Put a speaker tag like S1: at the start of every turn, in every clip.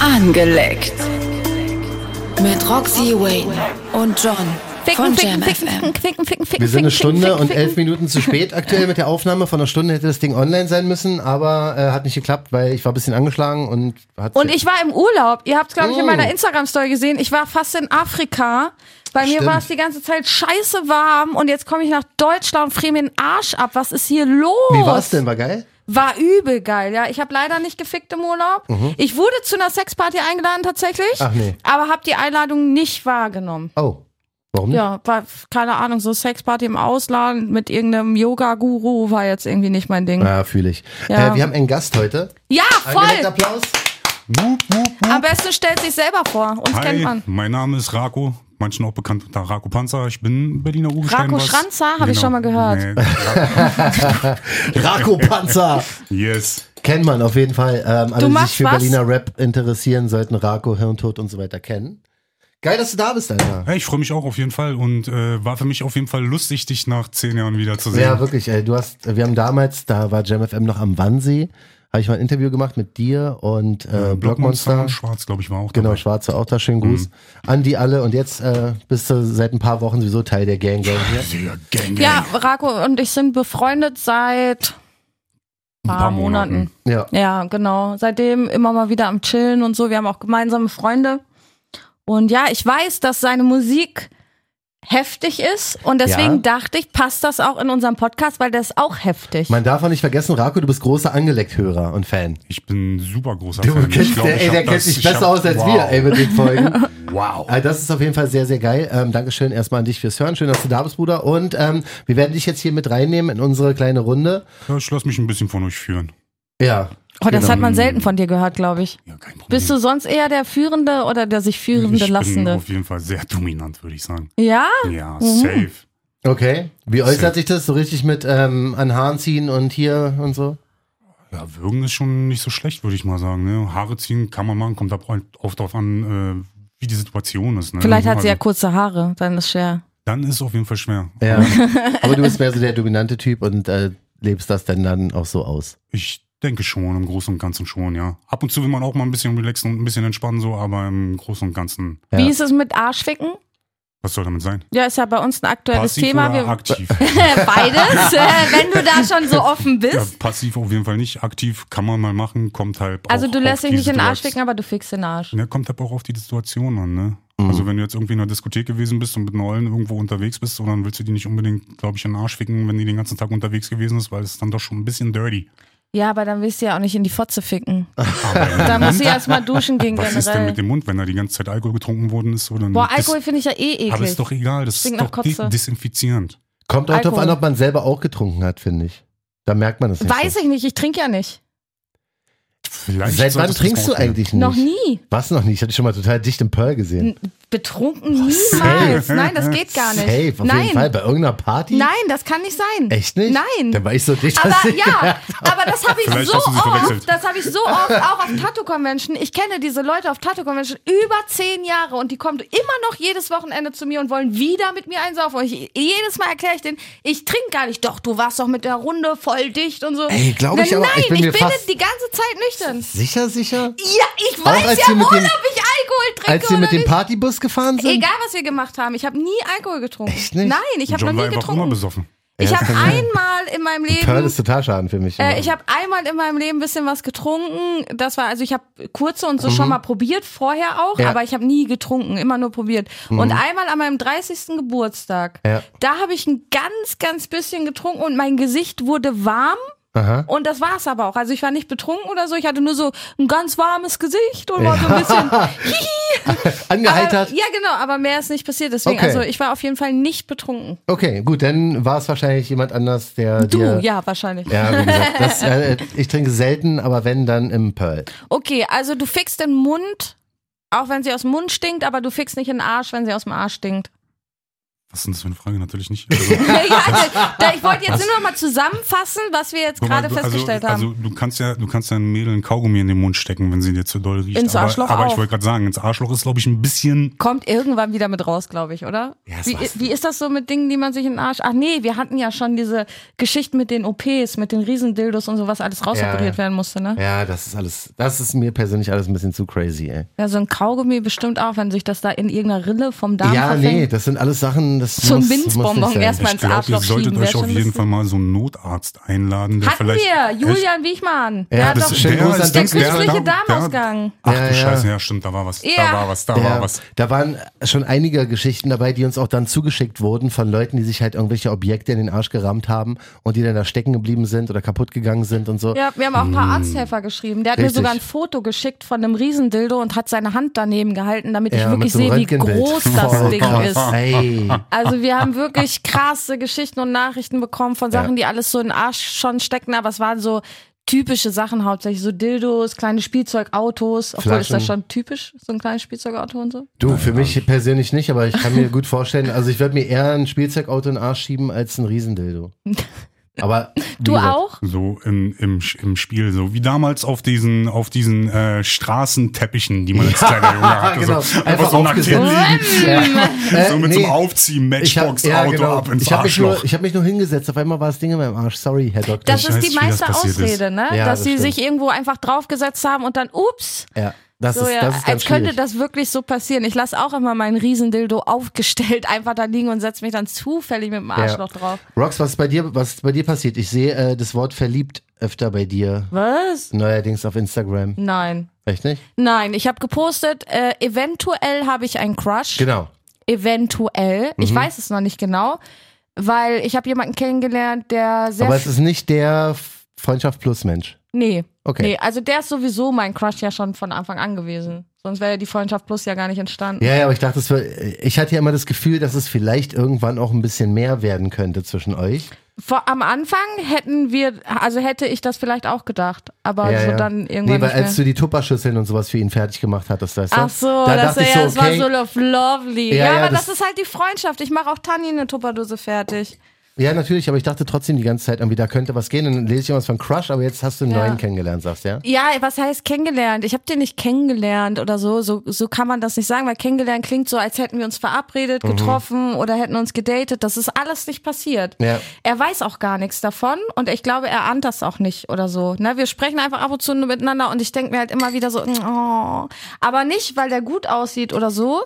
S1: Angeleckt. Mit Roxy Wayne und John von Jam FM.
S2: ficken, ficken, ficken.
S3: Wir sind eine Stunde und elf Minuten zu spät aktuell mit der Aufnahme. Von einer Stunde hätte das Ding online sein müssen, aber äh, hat nicht geklappt, weil ich war ein bisschen angeschlagen und hat
S2: Und ich war im Urlaub. Ihr habt es,
S3: Oh.
S2: glaube ich, in meiner Instagram-Story gesehen. Ich war fast in Afrika. Bei mir
S3: Stimmt.
S2: war es die ganze Zeit scheiße warm und jetzt komme ich nach Deutschland und friere mir den Arsch ab. Was ist hier los?
S3: Wie war's denn? War geil?
S2: War übel geil, ja. Ich habe leider nicht gefickt im Urlaub. Ich wurde zu einer Sexparty eingeladen tatsächlich,
S3: Mhm. Ach nee.
S2: aber habe die Einladung nicht wahrgenommen.
S3: Oh. Warum? nicht?
S2: Ja, war, keine Ahnung, so Sexparty im Ausland mit irgendeinem Yoga-Guru war jetzt irgendwie nicht mein Ding.
S3: Ja, fühle ich.
S2: Ja.
S3: Äh, wir haben einen Gast heute.
S2: Ja,
S3: Angelegter
S2: voll!
S3: Applaus.
S2: Am besten stellt sich selber vor, uns kennt man.
S4: mein Name ist Rako, manchen auch bekannt unter Rako Panzer. Ich bin Berliner Urgestein.
S2: Rako
S4: was- Genau.
S2: Schranzer, hab ich schon mal gehört.
S4: Nee,
S3: Rako Panzer.
S4: yes.
S3: Kennt man auf jeden Fall. Ähm, alle,
S2: Du
S3: die
S2: machst
S3: sich für
S2: was?
S3: Berliner Rap interessieren, sollten Rako, Hirntod und so weiter kennen. Geil, dass du da bist, Alter.
S4: Ja, ich freue mich auch auf jeden Fall und äh, war für mich auf jeden Fall lustig, dich nach zehn Jahren wieder zu sehen.
S3: Ja, wirklich. Ey, du hast, wir haben damals, da war Jam FM noch am Wannsee, habe ich mal ein Interview gemacht mit dir und äh, Blockmonster.
S4: und Schwarz, glaube ich, war auch
S3: Genau,
S4: dabei.
S3: Schwarze auch da. Schönen Gruß an die alle. Und jetzt äh, bist du seit ein paar Wochen sowieso Teil der Gang Gang hier.
S4: Digga, Gang, Gang.
S2: Ja, Rako und ich sind befreundet seit ein paar, Monaten.
S3: Ja.
S2: Ja, genau. Seitdem immer mal wieder am Chillen und so. Wir haben auch gemeinsame Freunde. Und ja, ich weiß, dass seine Musik heftig ist. Und deswegen
S3: Ja.
S2: dachte ich, passt das auch in unserem Podcast, weil der ist auch heftig.
S3: Man darf auch nicht vergessen, Rako, du bist großer Angeleckt-Hörer und Fan.
S4: Ich bin super großer
S3: Du
S4: Fan. Ich
S3: kennst,
S4: glaub,
S3: der,
S4: ich
S3: ey,
S4: hab
S3: der kennt
S4: das-
S3: sich
S4: ich hab-
S3: besser aus als
S4: wow.
S3: wir, ey, mit den Folgen.
S4: Wow.
S3: Also das ist auf jeden Fall sehr, sehr geil. Ähm, Dankeschön erstmal an dich fürs Hören. Schön, dass du da bist, Bruder. Und ähm, wir werden dich jetzt hier mit reinnehmen in unsere kleine Runde.
S4: Ja, ich lasse mich ein bisschen von euch führen.
S3: Ja.
S2: oh, das hat man selten von dir gehört, glaube ich.
S4: Ja, kein Problem.
S2: Bist du sonst eher der Führende oder der sich Führende
S4: ich bin
S2: Lassende?
S4: auf jeden Fall sehr dominant, würde ich sagen.
S2: Ja?
S4: Ja,
S2: Mhm.
S4: safe.
S3: Okay. Wie äußert
S4: Safe.
S3: sich das? So richtig mit ähm, an Haaren ziehen und hier und so?
S4: Ja, würgen ist schon nicht so schlecht, würde ich mal sagen. Ne? Haare ziehen kann man machen, kommt ab- oft darauf an, äh, wie die Situation ist. Ne?
S2: Vielleicht hat sie ja
S4: Also,
S2: kurze Haare, dann ist schwer.
S4: Dann ist es auf jeden Fall schwer.
S3: Ja. Aber du bist mehr so der dominante Typ und äh, lebst das denn dann auch so aus.
S4: Ich denke schon, im Großen und Ganzen schon, ja. Ab und zu will man auch mal ein bisschen relaxen und ein bisschen entspannen, so, aber im Großen und Ganzen,
S3: Ja.
S2: Wie ist es mit Arschficken?
S4: was soll damit sein?
S2: Ja, ist ja bei uns ein aktuelles
S4: Passiv
S2: Thema.
S4: oder
S2: Wir,
S4: aktiv?
S2: beides, äh, wenn du da schon so offen
S4: ja,
S2: bist.
S4: passiv auf jeden Fall nicht, aktiv kann man mal machen, kommt halt
S2: also
S4: auch
S2: du lässt
S4: auf
S2: dich
S4: die
S2: nicht in den Arsch
S4: Situation-
S2: ficken, aber du fickst den Arsch.
S4: Ja, kommt halt auch auf die Situation an, ne?
S2: Mhm.
S4: Also wenn du jetzt irgendwie in einer Diskothek gewesen bist und mit einer Eulen irgendwo unterwegs bist, so, dann willst du die nicht unbedingt, glaube ich, in den Arsch ficken, wenn die den ganzen Tag unterwegs gewesen ist, weil es ist dann doch schon ein bisschen dirty.
S2: Ja, aber dann willst du ja auch nicht in die Fotze ficken. da musst du ja erstmal duschen gehen
S4: ne? Was ist denn
S2: generell.
S4: mit dem Mund, wenn da die ganze Zeit Alkohol getrunken worden ist? So, dann
S2: Boah,
S4: ist-
S2: Alkohol finde ich ja eh eklig.
S4: Aber ist doch egal, das
S2: Klingt
S4: ist
S2: nach
S4: doch di-
S2: Kotze.
S4: desinfizierend.
S3: Kommt auch darauf
S2: Alkohol.
S3: an, ob man selber auch getrunken hat, finde ich. Da merkt man das nicht.
S2: Weiß
S3: so.
S2: ich nicht, ich trinke ja nicht.
S4: Vielleicht
S3: Seit wann
S4: solltest du's
S3: trinkst du
S4: mal ausprobieren.
S3: eigentlich nicht?
S2: Noch nie.
S3: Was noch nicht? Ich hatte dich schon mal total dicht im Pearl gesehen.
S2: Betrunken niemals. Nein, das geht gar nicht.
S3: Safe, auf
S2: Nein.
S3: jeden Fall. Bei irgendeiner Party?
S2: Nein, das kann nicht sein.
S3: Echt nicht?
S2: Nein.
S3: Dann war ich so dicht, dass
S2: Aber
S3: ich
S2: ja, aber das habe ich
S4: Vielleicht
S2: so
S4: hast du sie
S2: oft,
S4: verwechselt.
S2: das habe ich so oft auch auf Tattoo Convention. Ich kenne diese Leute auf Tattoo Convention über zehn Jahre und die kommen immer noch jedes Wochenende zu mir und wollen wieder mit mir einsaufen. Und ich, jedes Mal erkläre ich denen, ich trinke gar nicht. Doch, du warst doch mit der Runde voll dicht und so.
S3: Ey, glaub ich
S2: Nein,
S3: aber, ich bin
S2: ich
S3: mir
S2: bin
S3: fast-
S2: jetzt die ganze Zeit nüchtern.
S3: Sicher, sicher?
S2: Ja, ich
S3: Auch
S2: weiß
S3: als
S2: ja
S3: wir
S2: wohl,
S3: mit
S2: ob ich
S3: dem-
S2: Alkohol trinke
S3: Als wir
S2: oder
S3: mit dem
S2: nicht.
S3: Partybus gefahren sind?
S2: Egal, was wir gemacht haben. Ich habe nie Alkohol getrunken.
S3: Echt nicht?
S2: Nein, ich habe noch
S4: John war
S2: nie
S4: einfach immer
S2: getrunken.
S4: besoffen.
S2: Ich
S3: Ja, das
S2: habe
S3: kann sein.
S2: einmal in meinem Leben
S3: Pearl ist total schaden für mich.
S2: Äh, ich habe einmal in meinem Leben ein bisschen was getrunken. Das war, also ich habe kurze und so schon mal probiert, vorher auch,
S3: Mhm. Ja. Mhm.
S2: aber ich habe nie getrunken, immer nur probiert. Und einmal an meinem 30. Geburtstag,
S3: Ja.
S2: da habe ich ein ganz, ganz bisschen getrunken und mein Gesicht wurde warm.
S3: Aha.
S2: Und das war's aber auch. Also ich war nicht betrunken oder so. Ich hatte nur so ein ganz warmes Gesicht und war so ein bisschen. Aber,
S3: Angeheitert?
S2: ja, genau, aber mehr ist nicht passiert. Deswegen,
S3: Okay.
S2: also ich war auf jeden Fall nicht betrunken.
S3: Okay, gut, dann war es wahrscheinlich jemand anders, der
S2: Du,
S3: dir...
S2: ja, wahrscheinlich.
S3: Ja, wie gesagt, das, äh, ich trinke selten, aber wenn, dann im Pearl.
S2: Okay, also du fickst den Mund, auch wenn sie aus dem Mund stinkt, aber du fickst nicht in den Arsch, wenn sie aus dem Arsch stinkt.
S4: Was ist denn das für eine Frage? Natürlich nicht. Also,
S2: Ja, ja, da- ich wollte jetzt nur noch mal zusammenfassen, was wir jetzt
S4: Guck mal,
S2: gerade
S4: du- also,
S2: festgestellt haben.
S4: Also du kannst ja, du kannst ja einem Mädel einen Kaugummi in den Mund stecken, wenn sie dir zu doll riecht.
S2: Ins
S4: aber,
S2: Arschloch
S4: aber
S2: auch.
S4: ich wollte gerade sagen, ins Arschloch ist, glaube ich, ein bisschen.
S2: Kommt irgendwann wieder mit raus, glaube ich, oder?
S4: Ja, das
S2: wie,
S4: weiß ich
S2: wie ist das so mit Dingen, die man sich in den Arsch. Ach nee, wir hatten ja schon diese Geschichten mit den OPs, mit den Riesendildos und so, was alles rausoperiert
S3: Ja, ja.
S2: werden musste, ne? Ja.
S3: Ja, das ist alles, das ist mir persönlich alles ein bisschen zu crazy, ey.
S2: so ein Kaugummi bestimmt auch, wenn sich das da in irgendeiner Rille vom Darm
S3: ja,
S2: verfängt.
S3: nee, das sind alles Sachen, das
S2: So ein
S3: muss, muss
S2: Minzbonbon
S3: nicht sein.
S2: erstmal. Mal ins
S4: Ich glaube, ihr
S2: Arschloch
S4: solltet
S2: schieben, wär
S4: euch auf
S2: schon
S4: jeden
S2: lustig.
S4: Fall mal so einen Notarzt einladen, der
S2: Hatten
S4: vielleicht.
S2: wir, Julian Wiegmann.
S3: Ja,
S2: hat
S3: das
S2: doch
S3: ist schön. Gruß an
S2: der
S3: Dings, der-
S2: künstliche
S4: der-
S2: Darmausgang.
S4: Ach
S3: Ja, ja.
S4: du Scheiße, ja, stimmt, da war was,
S2: Ja.
S4: da war was, da war
S3: Ja,
S4: was.
S3: da waren schon einige Geschichten dabei, die uns auch dann zugeschickt wurden von Leuten, die sich halt irgendwelche Objekte in den Arsch gerammt haben und die dann da stecken geblieben sind oder kaputt gegangen sind und so.
S2: Ja, wir haben auch ein paar Arzthelfer geschrieben. Der hat mir
S3: Hm. Richtig.
S2: sogar ein Foto geschickt von einem Riesendildo und hat seine Hand daneben gehalten, damit ich
S3: Ja,
S2: wirklich
S3: Äh, mit so einem
S2: sehe, wie
S3: Röntgenbild.
S2: groß das
S3: Voll
S2: Ding
S3: krass.
S2: ist.
S3: Ey.
S2: Also wir haben wirklich krasse Geschichten und Nachrichten bekommen von Sachen,
S3: Ja.
S2: die alles so in den Arsch schon steckten, aber es waren so typische Sachen hauptsächlich, so Dildos, kleine Spielzeugautos, obwohl ist das
S3: Flaschen.
S2: schon typisch, so ein kleines Spielzeugauto und so.
S3: Du, für mich persönlich nicht, aber ich kann mir gut vorstellen, also ich würde mir eher ein Spielzeugauto in den Arsch schieben als ein Riesendildo. Aber wie
S2: Du
S3: gesagt,
S2: auch?
S4: So im, im, im Spiel, so wie damals auf diesen, auf diesen äh, Straßenteppichen, die man als kleiner Junge hatte.
S3: genau.
S4: so,
S3: Einfach
S4: so nackt
S3: aufgesetzt.
S4: hinlegen,
S3: Ja.
S4: so
S3: Äh,
S4: mit
S3: nee.
S4: so einem Aufziehen,
S3: Ich hab,
S4: Matchbox-Auto
S3: ja, genau.
S4: ab ins
S3: ich habe mich, nur-
S4: Arschloch.
S3: ich hab mich nur hingesetzt, auf einmal war das Ding in meinem Arsch. Sorry, Herr Doktor.
S2: Das
S4: Ich
S2: ist
S4: weiß
S2: die
S4: nicht, wie das
S2: meiste
S4: passiert ist.
S2: Ausrede, ne?
S3: Ja,
S2: Dass
S3: das
S2: sie
S3: stimmt.
S2: sich irgendwo einfach draufgesetzt haben und dann, ups,
S3: ja, das
S2: So,
S3: ist,
S2: ja,
S3: das ist ganz
S2: als könnte
S3: schwierig.
S2: das wirklich so passieren. Ich lasse auch immer meinen Riesendildo aufgestellt einfach da liegen und setze mich dann zufällig mit dem Arschloch drauf.
S3: Rox, was ist bei dir, was ist bei dir passiert? Ich sehe äh, das Wort verliebt öfter bei dir.
S2: Was?
S3: Neuerdings auf Instagram.
S2: Nein.
S3: Echt nicht?
S2: Nein, ich habe gepostet, äh, eventuell habe ich einen Crush.
S3: Genau. Mhm.
S2: Eventuell. Ich weiß es noch nicht genau, weil ich habe jemanden kennengelernt, der sehr...
S3: Aber es ist nicht der Freundschaft Plus Mensch.
S2: nee.
S3: Okay.
S2: Nee, also der ist sowieso mein Crush ja schon von Anfang an gewesen. Sonst wäre ja die Freundschaft Plus ja gar nicht entstanden.
S3: Ja, ja, aber ich dachte, es wär, ich hatte ja immer das Gefühl, dass es vielleicht irgendwann auch ein bisschen mehr werden könnte zwischen euch.
S2: Vor, am Anfang hätten wir, also hätte ich das vielleicht auch gedacht, aber
S3: ja,
S2: so
S3: ja.
S2: Oh, dann irgendwann
S3: Nee, weil
S2: nicht mehr.
S3: als du die Tupperschüsseln und sowas für ihn fertig gemacht hattest, weißt du?
S2: Ach so,
S3: da
S2: das,
S3: dachte ich
S2: ja,
S3: so,
S2: das war
S3: okay,
S2: so love, lovely. Ja,
S3: Ja, ja,
S2: aber das,
S3: das-
S2: ist halt die Freundschaft. Ich mache auch Tanja eine Tupperdose fertig.
S3: Ja, natürlich, aber ich dachte trotzdem die ganze Zeit irgendwie, da könnte was gehen. Und dann lese ich irgendwas von Crush, aber jetzt hast du einen
S2: Ja.
S3: neuen kennengelernt, sagst du, ja?
S2: Ja, was heißt kennengelernt? Ich habe den nicht kennengelernt oder so. so. So kann man das nicht sagen, weil kennengelernt klingt so, als hätten wir uns verabredet,
S3: Mhm.
S2: getroffen oder hätten uns gedatet. Das ist alles nicht passiert.
S3: Ja.
S2: Er weiß auch gar nichts davon und ich glaube, er ahnt das auch nicht oder so. Ne? Wir sprechen einfach ab und zu miteinander und ich denke mir halt immer wieder so, oh. aber nicht, weil der gut aussieht oder so,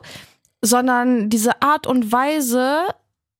S2: sondern diese Art und Weise,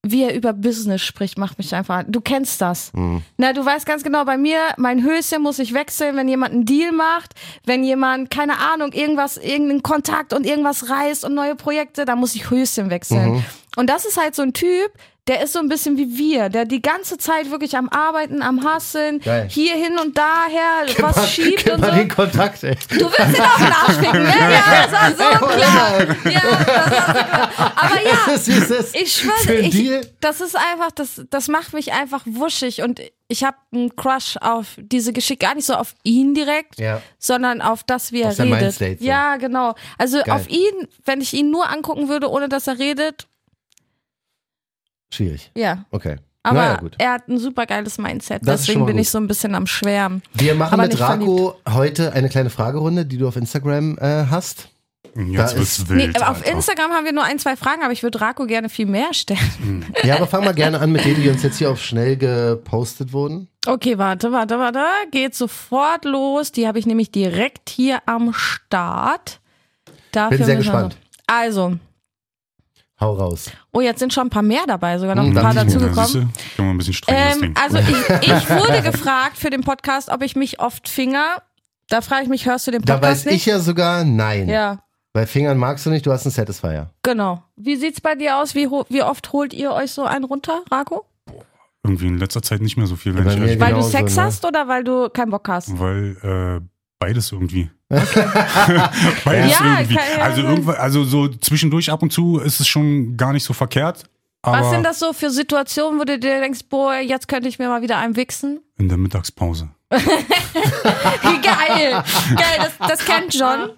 S2: wie er über Business spricht, macht mich einfach. Du kennst das.
S3: Mhm.
S2: Na, du weißt ganz genau, bei mir, mein Höschen muss ich wechseln, wenn jemand einen Deal macht, wenn jemand, keine Ahnung, irgendwas, irgendeinen Kontakt und irgendwas reißt und neue Projekte, dann muss ich Höschen wechseln.
S3: Mhm.
S2: Und das ist halt so ein Typ, der ist so ein bisschen wie wir, der die ganze Zeit wirklich am Arbeiten, am Hasseln,
S3: Geil.
S2: hier hin und daher, was schiebt
S3: Gib
S2: und
S3: mal
S2: so.
S3: den Kontakt, ey.
S2: Du willst ihn auch nachschicken, ne? Ja, das war so klar. Ja, das war so klar. Aber ja,
S3: Das ist es.
S2: ich schwöre,
S3: Für einen
S2: ich,
S3: Deal?
S2: das ist einfach, das, das macht mich einfach wuschig und ich habe einen Crush auf diese Geschichte, gar nicht so auf ihn direkt,
S3: Ja.
S2: sondern auf das, wie er
S3: Auf sein
S2: redet.
S3: Mindstate, so.
S2: Ja, genau. Also
S3: Geil.
S2: auf ihn, wenn ich ihn nur angucken würde, ohne dass er redet,
S3: Schwierig.
S2: ja.
S3: Okay.
S2: Aber
S3: naja, gut.
S2: er hat ein super geiles Mindset,
S3: Das ist schon
S2: deswegen
S3: mal
S2: bin
S3: gut.
S2: ich so ein bisschen am Schwärmen.
S3: Wir machen
S2: aber
S3: mit
S2: nicht
S3: Rako heute eine kleine Fragerunde, die du auf Instagram äh, hast. Da
S4: Jetzt
S3: ist-
S4: wird's
S2: Nee,
S4: wild.
S2: auf
S4: Alter.
S2: Instagram haben wir nur ein, zwei Fragen, aber ich würde Draco gerne viel mehr stellen.
S3: Ja, aber fang mal gerne an mit denen, die uns jetzt hier auf schnell gepostet wurden.
S2: Okay, warte, warte, warte. Geht sofort los. Die habe ich nämlich direkt hier am Start. Dafür
S3: Bin sehr
S2: müssen wir-
S3: gespannt.
S2: Also,
S3: Hau raus.
S2: oh, jetzt sind schon ein paar mehr dabei, sogar noch
S3: Hm,
S2: ein paar
S3: das ist gut,
S2: dazugekommen.
S4: Siehste, Können wir ein bisschen streng das
S2: Ähm,
S4: Ding.
S2: also ich, ich wurde gefragt für den Podcast, ob ich mich oft finger. Da frage ich mich, hörst du den
S3: Da
S2: Podcast
S3: weiß ich
S2: nicht?
S3: ja sogar nein.
S2: ja,
S3: Bei Fingern magst du nicht, du hast einen Satisfier.
S2: genau. Wie sieht's bei dir aus? Wie, ho- wie oft holt ihr euch so einen runter, Rako?
S4: Irgendwie in letzter Zeit nicht mehr so viel, wenn
S3: Bei
S4: ich
S3: mir
S4: ehrlich
S2: Weil du
S3: Genauso,
S2: Sex
S3: ne?
S2: hast oder weil du keinen Bock hast?
S4: Weil äh, beides irgendwie. beides
S2: Ja,
S4: irgendwie.
S2: kann ja
S4: also,
S2: sein.
S4: irgendwann, also so zwischendurch ab und zu ist es schon gar nicht so verkehrt. Aber
S2: Was sind das so für Situationen, wo du dir denkst, boah, jetzt könnte ich mir mal wieder einen wichsen?
S4: In der Mittagspause.
S2: Wie geil! Geil, das, das kennt John.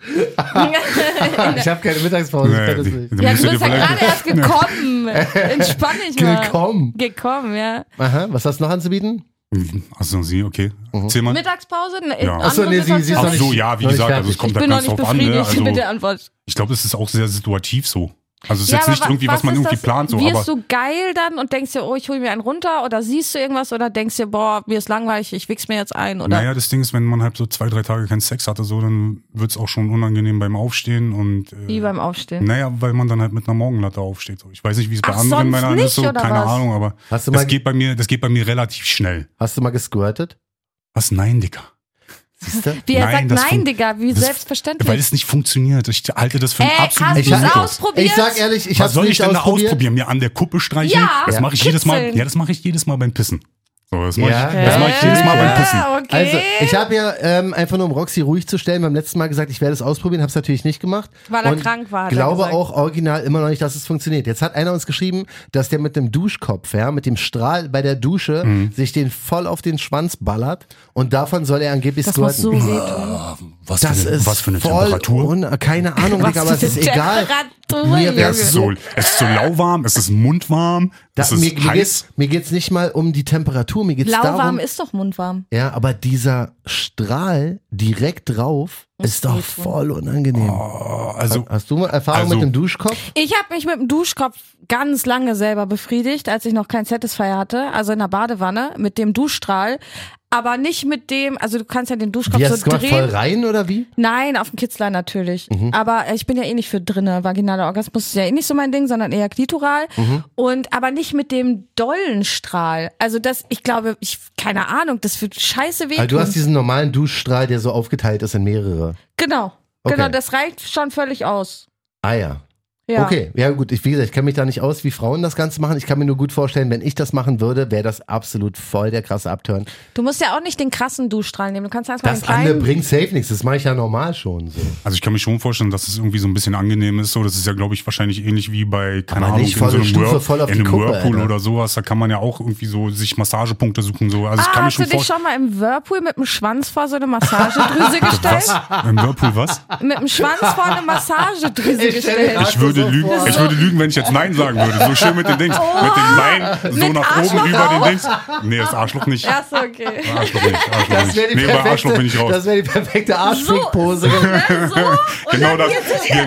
S3: Ich habe keine Mittagspause, ich kann das
S4: Äh, die-
S3: nicht.
S4: die
S2: Ja,
S4: müsst
S2: du
S4: ihr
S2: bist ja
S4: vielleicht-
S2: gerade erst gekommen. Entspann dich mal.
S3: Willkommen.
S2: Gekommen, ja.
S3: Aha, was hast du noch anzubieten?
S4: Also sie, okay.
S3: Mhm.
S4: Zähl mal.
S2: Mittagspause? Ne,
S4: Ja.
S2: andere
S3: Achso, nee, sie, sie ist
S2: Situation?
S3: noch
S4: Ach
S3: nicht.
S4: so, ja, wie
S3: noch nicht
S4: gesagt, also es
S3: fertig.
S4: kommt
S2: ich
S4: da
S2: bin noch
S4: ganz
S2: nicht
S4: drauf an. Ne?
S2: befriedigt
S4: Also,
S2: mit der Antwort.
S4: ich glaube, es ist auch sehr situativ so. Also es ist
S2: Ja,
S4: jetzt
S2: aber
S4: nicht
S2: wa-
S4: irgendwie, was, man
S2: ist
S4: irgendwie
S2: das?
S4: plant, so, aber
S2: Wirst du geil dann und denkst dir, oh, ich hole mir einen runter oder siehst du irgendwas oder denkst dir, boah, mir ist langweilig, ich wichs mir jetzt ein oder
S4: naja, das Ding ist, wenn man halt so zwei, drei Tage keinen Sex hatte, so, dann wird es auch schon unangenehm beim Aufstehen und
S2: wie
S4: äh,
S2: beim Aufstehen.
S4: naja, weil man dann halt mit einer Morgenlatte aufsteht. So. Ich weiß nicht, wie es bei
S2: Ach,
S4: anderen
S2: sonst
S4: Männern
S2: nicht,
S4: ist, so,
S2: oder
S4: keine
S2: was?
S4: Ahnung, aber
S3: Hast du mal-
S4: das geht bei mir, das geht bei mir relativ schnell.
S3: Hast du mal gesquirtet?
S4: Was? Nein, Dicker.
S3: Siehst du?
S2: Wie er
S4: Nein,
S2: sagt,
S4: das
S2: nein,
S4: fun-
S2: Digga, wie
S4: das-
S2: selbstverständlich.
S4: Weil es nicht funktioniert. Ich halte das für
S2: Ey,
S4: einen absoluten
S2: hast
S3: Ich
S2: du es
S3: hab-
S4: Vollkurs.
S2: ausprobiert?
S3: Ich sag ehrlich, ich
S4: Was
S3: hab's
S4: soll ich
S3: nicht
S4: denn da
S3: ausprobiert.
S4: ausprobieren? Mir an der Kuppe streicheln?
S2: Ja.
S4: das
S2: Ja.
S4: mache ich jedes Mal.
S2: Kitzeln.
S4: Ja, das mache ich jedes Mal beim Pissen. So, das mache
S3: Ja.
S4: ich, das mach ich jedes Mal beim Pissen.
S2: Ah, okay.
S3: Also, ich habe ja ähm, einfach nur um Roxy ruhig zu stellen beim letzten Mal gesagt, ich werde es ausprobieren, habe es natürlich nicht gemacht.
S2: Weil er
S3: und
S2: krank war, hat er
S3: Glaube
S2: gesagt.
S3: auch original immer noch nicht, dass es funktioniert. Jetzt hat einer uns geschrieben, dass der mit dem Duschkopf, ja, mit dem Strahl bei der Dusche,
S4: Mhm.
S3: sich den voll auf den Schwanz ballert und davon soll er angeblich
S2: das muss so
S3: squirten.
S2: wehtun.
S4: Mhm.
S3: Oh,
S4: Was
S3: das
S4: für eine,
S3: ist
S4: was für eine
S3: voll
S4: Temperatur?
S3: un- keine Ahnung, Digga, aber es ist egal.
S2: Temperatur,
S3: Mir wär's
S2: Junge.
S3: so
S4: So, es ist so lauwarm, es ist mundwarm,
S3: Da,
S4: es
S3: mir,
S4: ist
S3: mir, geht's,
S4: heiß.
S3: mir geht's nicht mal um die Temperatur, mir geht's
S2: Lauwarm
S3: darum.
S2: ist doch mundwarm.
S3: ja, aber dieser Strahl direkt drauf ist doch voll unangenehm.
S4: Also,
S3: Hast du mal Erfahrung
S4: Also-
S3: mit dem Duschkopf?
S2: Ich habe mich mit dem Duschkopf ganz lange selber befriedigt, als ich noch kein Satisfier hatte, also in der Badewanne mit dem Duschstrahl, aber nicht mit dem, also du kannst ja den Duschkopf
S3: Wie
S2: so
S3: hast du gemacht?
S2: drehen.
S3: Voll Mhm. rein oder wie?
S2: Nein, auf dem Kitzler natürlich. Aber äh, ich bin ja eh nicht für drinne. Vaginaler Orgasmus ist ja eh nicht so mein Ding, sondern eher klitoral.
S3: Mhm.
S2: Und aber nicht mit dem dollen Strahl. Also das, ich glaube, ich keine Ahnung, das wird scheiße wehtun.
S3: Also du hast diesen normalen Duschstrahl, der so aufgeteilt ist in mehrere.
S2: genau,
S3: Okay.
S2: genau, das reicht schon völlig aus.
S3: Ah ja.
S2: Ja.
S3: Okay, ja gut, ich, wie gesagt, ich kenne mich da nicht aus, wie Frauen das Ganze machen. Ich kann mir nur gut vorstellen, wenn ich das machen würde, wäre das absolut voll der krasse Upturn.
S2: Du musst ja auch nicht den krassen Duschstrahl nehmen. Du kannst erstmal
S3: Das
S2: den
S3: andere
S2: kleinen.
S3: bringt safe nichts, das mache ich ja normal schon so.
S4: also ich kann mir schon vorstellen, dass es irgendwie so ein bisschen angenehm ist. So, das ist ja, glaube ich, wahrscheinlich ähnlich wie bei,
S3: Aber
S4: keine Ahnung,
S3: nicht
S4: in so
S3: volle
S4: einem,
S3: Stufe,
S4: Whirl-
S3: voll auf
S4: in
S3: die
S4: einem
S3: Kuppe,
S4: Whirlpool
S3: Alter.
S4: oder sowas. Da kann man ja auch irgendwie so sich Massagepunkte suchen. So, also ich
S2: Ah,
S4: kann mir
S2: hast du
S4: schon
S2: dich
S4: vorstellen.
S2: schon mal im Whirlpool mit dem Schwanz vor so eine Massagedrüse gestellt?
S4: Was? Im Whirlpool was?
S2: Mit dem Schwanz vor eine Massagedrüse
S3: Ich stell mir
S2: gestellt.
S3: grad-
S4: Ich würde,
S3: so
S4: lügen,
S3: vor.
S4: ich würde lügen, wenn ich jetzt Nein sagen würde. So schön mit dem Ding, mit dem Bein so
S2: Oh. Mit
S4: nach
S2: Arschloch
S4: oben über
S2: auch?
S4: den Dings. Nee, das Arschloch nicht.
S2: Ach so, okay.
S4: Arschloch nicht. Arschloch
S3: Das wäre
S4: nicht.
S3: die,
S4: Nee, bei Arschloch bin ich
S3: perfekte-
S4: raus.
S3: das wär die perfekte Arschfickpose.
S2: Ne, so? Und
S4: Genau
S2: dann
S4: das.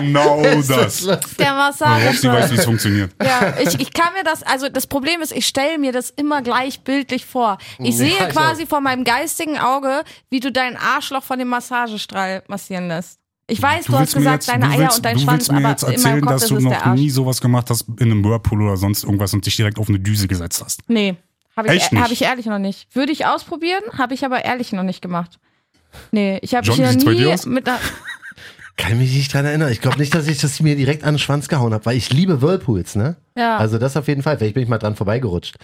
S4: Genau das.
S2: der
S4: Roxy weiß, wie
S2: Massage.
S4: es funktioniert.
S2: Ja, ich, ich kann mir das, also das Problem ist, ich stelle mir das immer gleich bildlich vor. Ich sehe
S3: ich
S2: quasi vor meinem geistigen Auge, wie du dein Arschloch von dem Massagestrahl massieren lässt. Ich weiß, du, hast
S4: mir
S2: gesagt, deine
S4: du
S2: Eier
S4: willst,
S2: und dein
S4: du
S2: Schwanz,
S4: willst mir
S2: aber
S4: jetzt
S2: in meinem
S4: erzählen,
S2: Kopf
S4: dass
S2: ist
S4: du
S2: es der
S4: noch
S2: Arsch.
S4: nie sowas gemacht hast in einem Whirlpool oder sonst irgendwas und dich direkt auf eine Düse gesetzt hast.
S2: Nee, habe ich, e-,
S4: Echt nicht?
S2: hab ich ehrlich noch nicht. Würde ich ausprobieren, habe ich aber ehrlich noch nicht gemacht. Nee, ich habe
S4: John,
S2: mich ja
S4: wie sieht's bei dir
S2: nie
S4: aus?
S2: mit einer,
S3: Kann mich nicht dran erinnern. Ich glaube nicht, dass ich das mir direkt an den Schwanz gehauen habe, weil ich liebe Whirlpools, ne?
S2: Ja.
S3: Also das auf jeden Fall. Vielleicht bin ich mal dran vorbeigerutscht.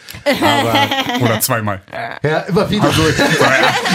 S4: Oder zweimal.
S3: Ja, immer wieder.
S4: Also,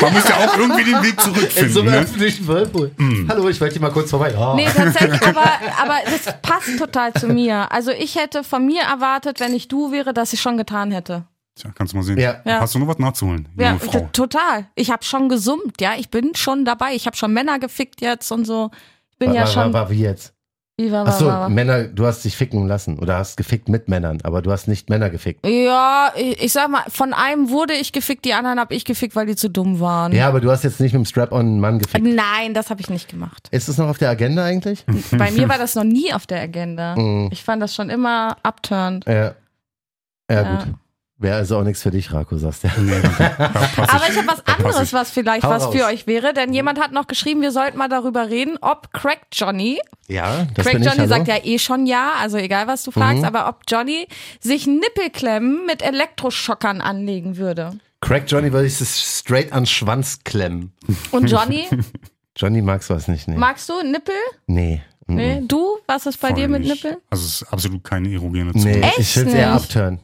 S4: man muss ja auch irgendwie den Weg
S3: In so
S4: zurückfinden.
S3: einem
S4: Ne?
S3: öffentlichen Whirlpool. Hallo, ich wollte hier mal kurz vorbei. Oh.
S2: Nee, tatsächlich, aber, aber das passt total zu mir. Also ich hätte von mir erwartet, wenn ich du wäre, dass ich schon getan hätte.
S4: Tja, kannst du mal sehen.
S3: Ja.
S2: Ja.
S4: Hast du noch was nachzuholen, junge
S2: Ja,
S4: Frau?
S2: t- total. Ich habe schon gesummt, ja. Ich bin schon dabei. Ich habe schon Männer gefickt jetzt und so. Ich bin ja
S3: Wa- wa-
S2: schon.
S3: wa- wie jetzt?
S2: Wie war, war,
S3: Achso,
S2: war, war.
S3: Männer, du hast dich ficken lassen oder hast gefickt mit Männern, aber du hast nicht Männer gefickt.
S2: Ja, ich, ich sag mal, von einem wurde ich gefickt, die anderen habe ich gefickt, weil die zu dumm waren.
S3: Ja, aber du hast jetzt nicht mit dem Strap-on einen Mann gefickt.
S2: Nein, das habe ich nicht gemacht.
S3: Ist das noch auf der Agenda eigentlich?
S2: Bei mir war das noch nie auf der Agenda.
S3: Mhm.
S2: Ich fand das schon immer abturnt.
S3: Ja. Ja,
S2: Ja.
S3: gut. Wäre also auch nichts für dich, Rako, sagst du.
S2: Aber ich habe was anderes, was vielleicht
S3: Hau
S2: was für
S3: raus. Mhm.
S2: euch wäre, denn jemand hat noch geschrieben, wir sollten mal darüber reden, ob Crack Johnny,
S3: Ja, das
S2: Craig
S3: bin
S2: Johnny
S3: ich, hallo? Mhm.
S2: sagt ja eh schon ja, also egal was du fragst, aber ob Johnny sich Nippelklemmen mit Elektroschockern anlegen würde.
S3: Crack Johnny würde ich es straight an den Schwanz klemmen.
S2: Und Johnny,
S3: Johnny mag sowas nicht, nee.
S2: magst du Nippel?
S3: nee. Mm.
S2: Nee. Du? Was ist bei dir mit Nippel?
S4: Also es ist absolut keine erogene Zone. Also,
S3: Nee,
S2: Echt
S3: ich finde es eher
S2: nicht?
S3: abturn.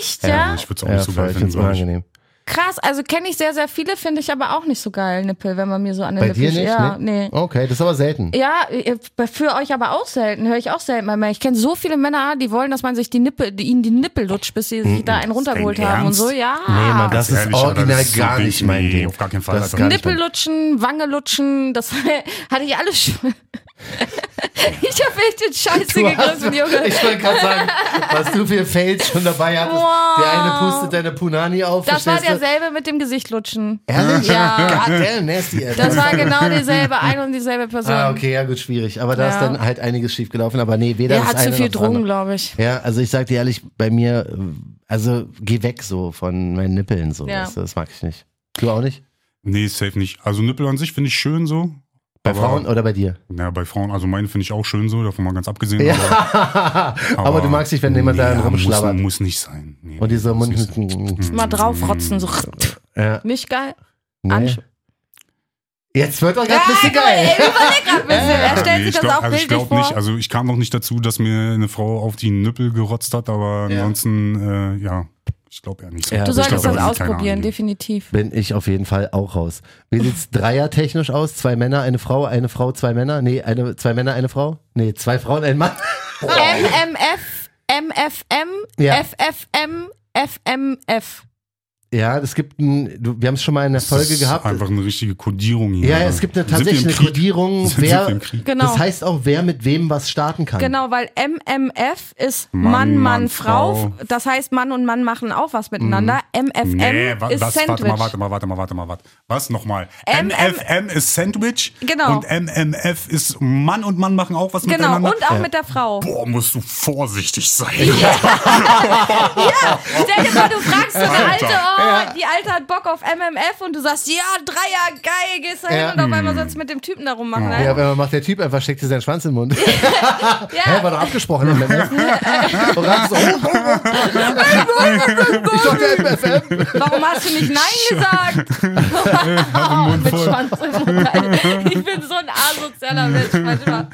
S2: Echt, ja?
S4: Ich würde es auch
S3: Ja,
S4: nicht so
S3: voll,
S4: geil
S3: ich finde
S4: finden,
S3: es
S4: glaub ich.
S3: unangenehm.
S2: krass. Also kenne ich sehr, sehr viele, finde ich aber auch nicht so geil, Nippel, wenn man mir so an den
S3: Bei
S2: Nippel
S3: dir nicht?
S2: steht. Ja, nee.
S3: ne? Okay, das ist aber selten.
S2: Ja, äh, für euch aber auch selten, höre ich auch selten mal mehr. Ich kenne so viele Männer, die wollen, dass man sich die Nippel, die, ihnen die Nippel lutscht, bis sie
S3: Hm,
S2: sich da einen runtergeholt
S4: dein
S2: haben und
S4: Ernst?
S2: so, ja.
S3: Nee, Mann, das
S4: Ganz
S3: ist
S4: ehrlich, Alter,
S3: original
S4: das ist so
S3: gar
S4: wild.
S3: nicht mein
S4: Nee,
S3: Ding.
S4: auf gar keinen Fall, Also
S3: Das ist
S4: Alter.
S3: gar nicht
S2: Nippel lutschen, Wange lutschen, das hatte ich alles schon. ich habe echt den Scheiße
S3: Du hast-
S2: gegriffen, Junge.
S3: Ich wollte gerade sagen, was du für Fails schon dabei hattest.
S2: Wow.
S3: Der eine pustet deine Punani auf.
S2: Das war
S3: verstehst du?
S2: derselbe mit dem Gesicht lutschen.
S3: Ehrlich?
S2: Ja.
S3: God damn, nasty, Alter.
S2: Das war genau dieselbe, eine und dieselbe Person.
S3: Ah, okay, ja gut, schwierig. Aber da ist
S2: Ja.
S3: dann halt einiges schiefgelaufen. Aber nee, weder
S2: Der
S3: das
S2: hat
S3: eine
S2: zu viel
S3: noch das
S2: Drogen,
S3: andere.
S2: glaube ich.
S3: Ja, also ich sag dir ehrlich, bei mir, äh, also geh weg so von meinen Nippeln so.
S2: Ja.
S3: Das, das mag ich nicht. Du auch nicht?
S4: Nee, safe nicht. Also Nippel an sich finde ich schön so.
S3: Bei
S4: aber-
S3: Frauen oder bei dir?
S4: Ja, bei Frauen, also meine finde ich auch schön so, davon mal ganz abgesehen.
S3: Ja.
S4: Aber,
S3: aber, du magst dich, wenn jemand
S4: nee,
S3: da
S4: ja,
S3: rumschlabbert.
S4: Muss, muss nicht sein. Nee,
S3: Und dieser
S4: muss
S3: Mund.
S4: nicht sein.
S2: Mal draufrotzen, so.
S3: Ja,
S2: Nicht geil?
S3: nee.
S2: Ansch-
S3: Jetzt wird doch gerade ein bisschen geil.
S2: Ey, überleg grad ein bisschen. Er stellt
S4: Nee,
S2: sich
S4: ich
S2: das
S4: glaub-
S2: auch
S4: also ich
S2: bildlich
S4: glaube
S2: vor.
S4: nicht, also ich kam noch nicht dazu, dass mir eine Frau auf die Nippel gerotzt hat, aber
S3: Ja.
S4: ansonsten, äh, ja, ich glaube eher nicht so.
S3: Ja,
S2: du
S3: also ich
S4: glaub,
S2: solltest das
S4: da hat sie keine
S2: ausprobieren,
S4: Ahnung.
S2: definitiv.
S3: Bin ich auf jeden Fall auch raus. Wie sieht's dreiertechnisch aus? Zwei Männer, eine Frau, eine Frau, zwei Männer? Nee, eine, zwei Männer, eine Frau? Nee, zwei Frauen, ein Mann.
S2: MMF, MFM,
S3: Ja.
S2: FFM, FMF.
S3: Ja, es gibt ein, du, wir haben es schon mal in der
S4: Das
S3: Folge
S4: ist
S3: gehabt.
S4: Einfach eine richtige Kodierung hier.
S3: Ja, ja, es gibt eine,
S4: Sind wir im
S3: tatsächlich eine
S4: Krieg?
S3: Kodierung,
S4: Sind wir
S3: wer,
S4: im Krieg?
S2: Genau.
S3: das heißt auch, wer mit wem was starten kann.
S2: Genau, weil MMF ist Mann,
S4: Mann,
S2: Mann,
S4: Mann,
S2: Frau.
S4: Frau. Mhm.
S2: Das heißt, Mann und Mann machen auch was miteinander. MFM
S4: Nee, wa
S2: ist
S4: was,
S2: Sandwich.
S4: warte mal, warte mal, warte mal, warte mal, warte. Was nochmal?
S2: M-
S4: MFM ist Sandwich
S2: Genau.
S4: und MMF ist Mann und Mann machen auch was
S2: Genau,
S4: miteinander.
S2: und auch mit der Frau.
S4: Boah, musst du vorsichtig sein.
S2: Stell dir vor, du fragst so eine Alte,
S4: Alter.
S2: oh, die Alte hat Bock auf MMF und du sagst, ja, Dreier, geil, gehst da hin
S3: Ja.
S2: und auf
S4: Mhm.
S2: einmal sollst du mit dem Typen da rummachen.
S3: Ja,
S2: ne?
S3: wenn man macht, der Typ einfach steckt dir seinen Schwanz in den Mund. Hä, war
S2: Ja,
S3: doch abgesprochen im MF. Und dann so, oh, oh, oh. ich dachte MFM.
S2: warum hast du nicht Nein gesagt? Oh, mit Schwanz im Mund, Alter. ich bin so ein asozialer Mensch manchmal.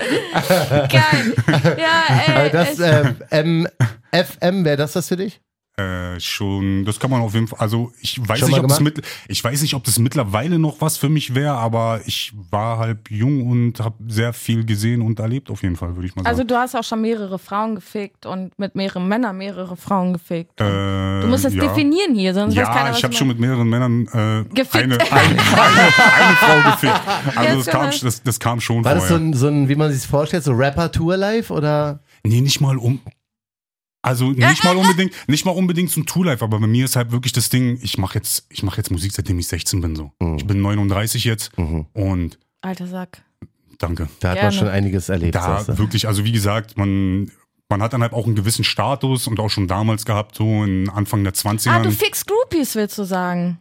S2: Geil. Ja, ey.
S3: Also Das,
S2: ich,
S3: äh, M, FM, wäre das was für dich?
S4: Äh, schon, das kann man auf jeden Fall. Also ich weiß
S3: Schon
S4: nicht,
S3: mal
S4: ob das
S3: gemacht?
S4: mit, ich weiß nicht, ob das mittlerweile noch was für mich wäre, aber ich war halb jung und habe sehr viel gesehen und erlebt auf jeden Fall, würde ich mal
S2: also
S4: sagen.
S2: du hast auch schon mehrere Frauen gefickt und mit mehreren Männern mehrere Frauen gefickt.
S4: äh,
S2: Du musst das
S4: ja.
S2: definieren hier, sonst weiß keiner,
S4: Ja,
S2: was
S4: ich habe
S2: du
S4: schon mit mehreren Männern äh, eine,
S2: Gefickt.
S4: eine, eine, eine Frau gefickt. Also das
S2: Jetzt
S4: kam,
S2: schon.
S4: das, das kam schon
S3: War das so
S4: vorher.
S3: ein, so ein, wie man sich vorstellt, so Rapper-Tour-Live oder?
S4: nee, nicht mal um. Also nicht mal unbedingt, nicht mal unbedingt zum Tool-Life, aber bei mir ist halt wirklich das Ding, ich mache jetzt, ich mache jetzt Musik, seitdem ich 16 bin so.
S3: Mhm.
S4: Ich bin 39 jetzt und
S2: Alter Sack.
S4: danke.
S3: Da hat man
S2: Gerne.
S3: schon einiges erlebt.
S4: Da
S3: sagst du.
S4: wirklich, also wie gesagt, man, man hat dann halt auch einen gewissen Status und auch schon damals gehabt, so in Anfang der 20er.
S2: Ah, du fickst Groupies, willst du sagen?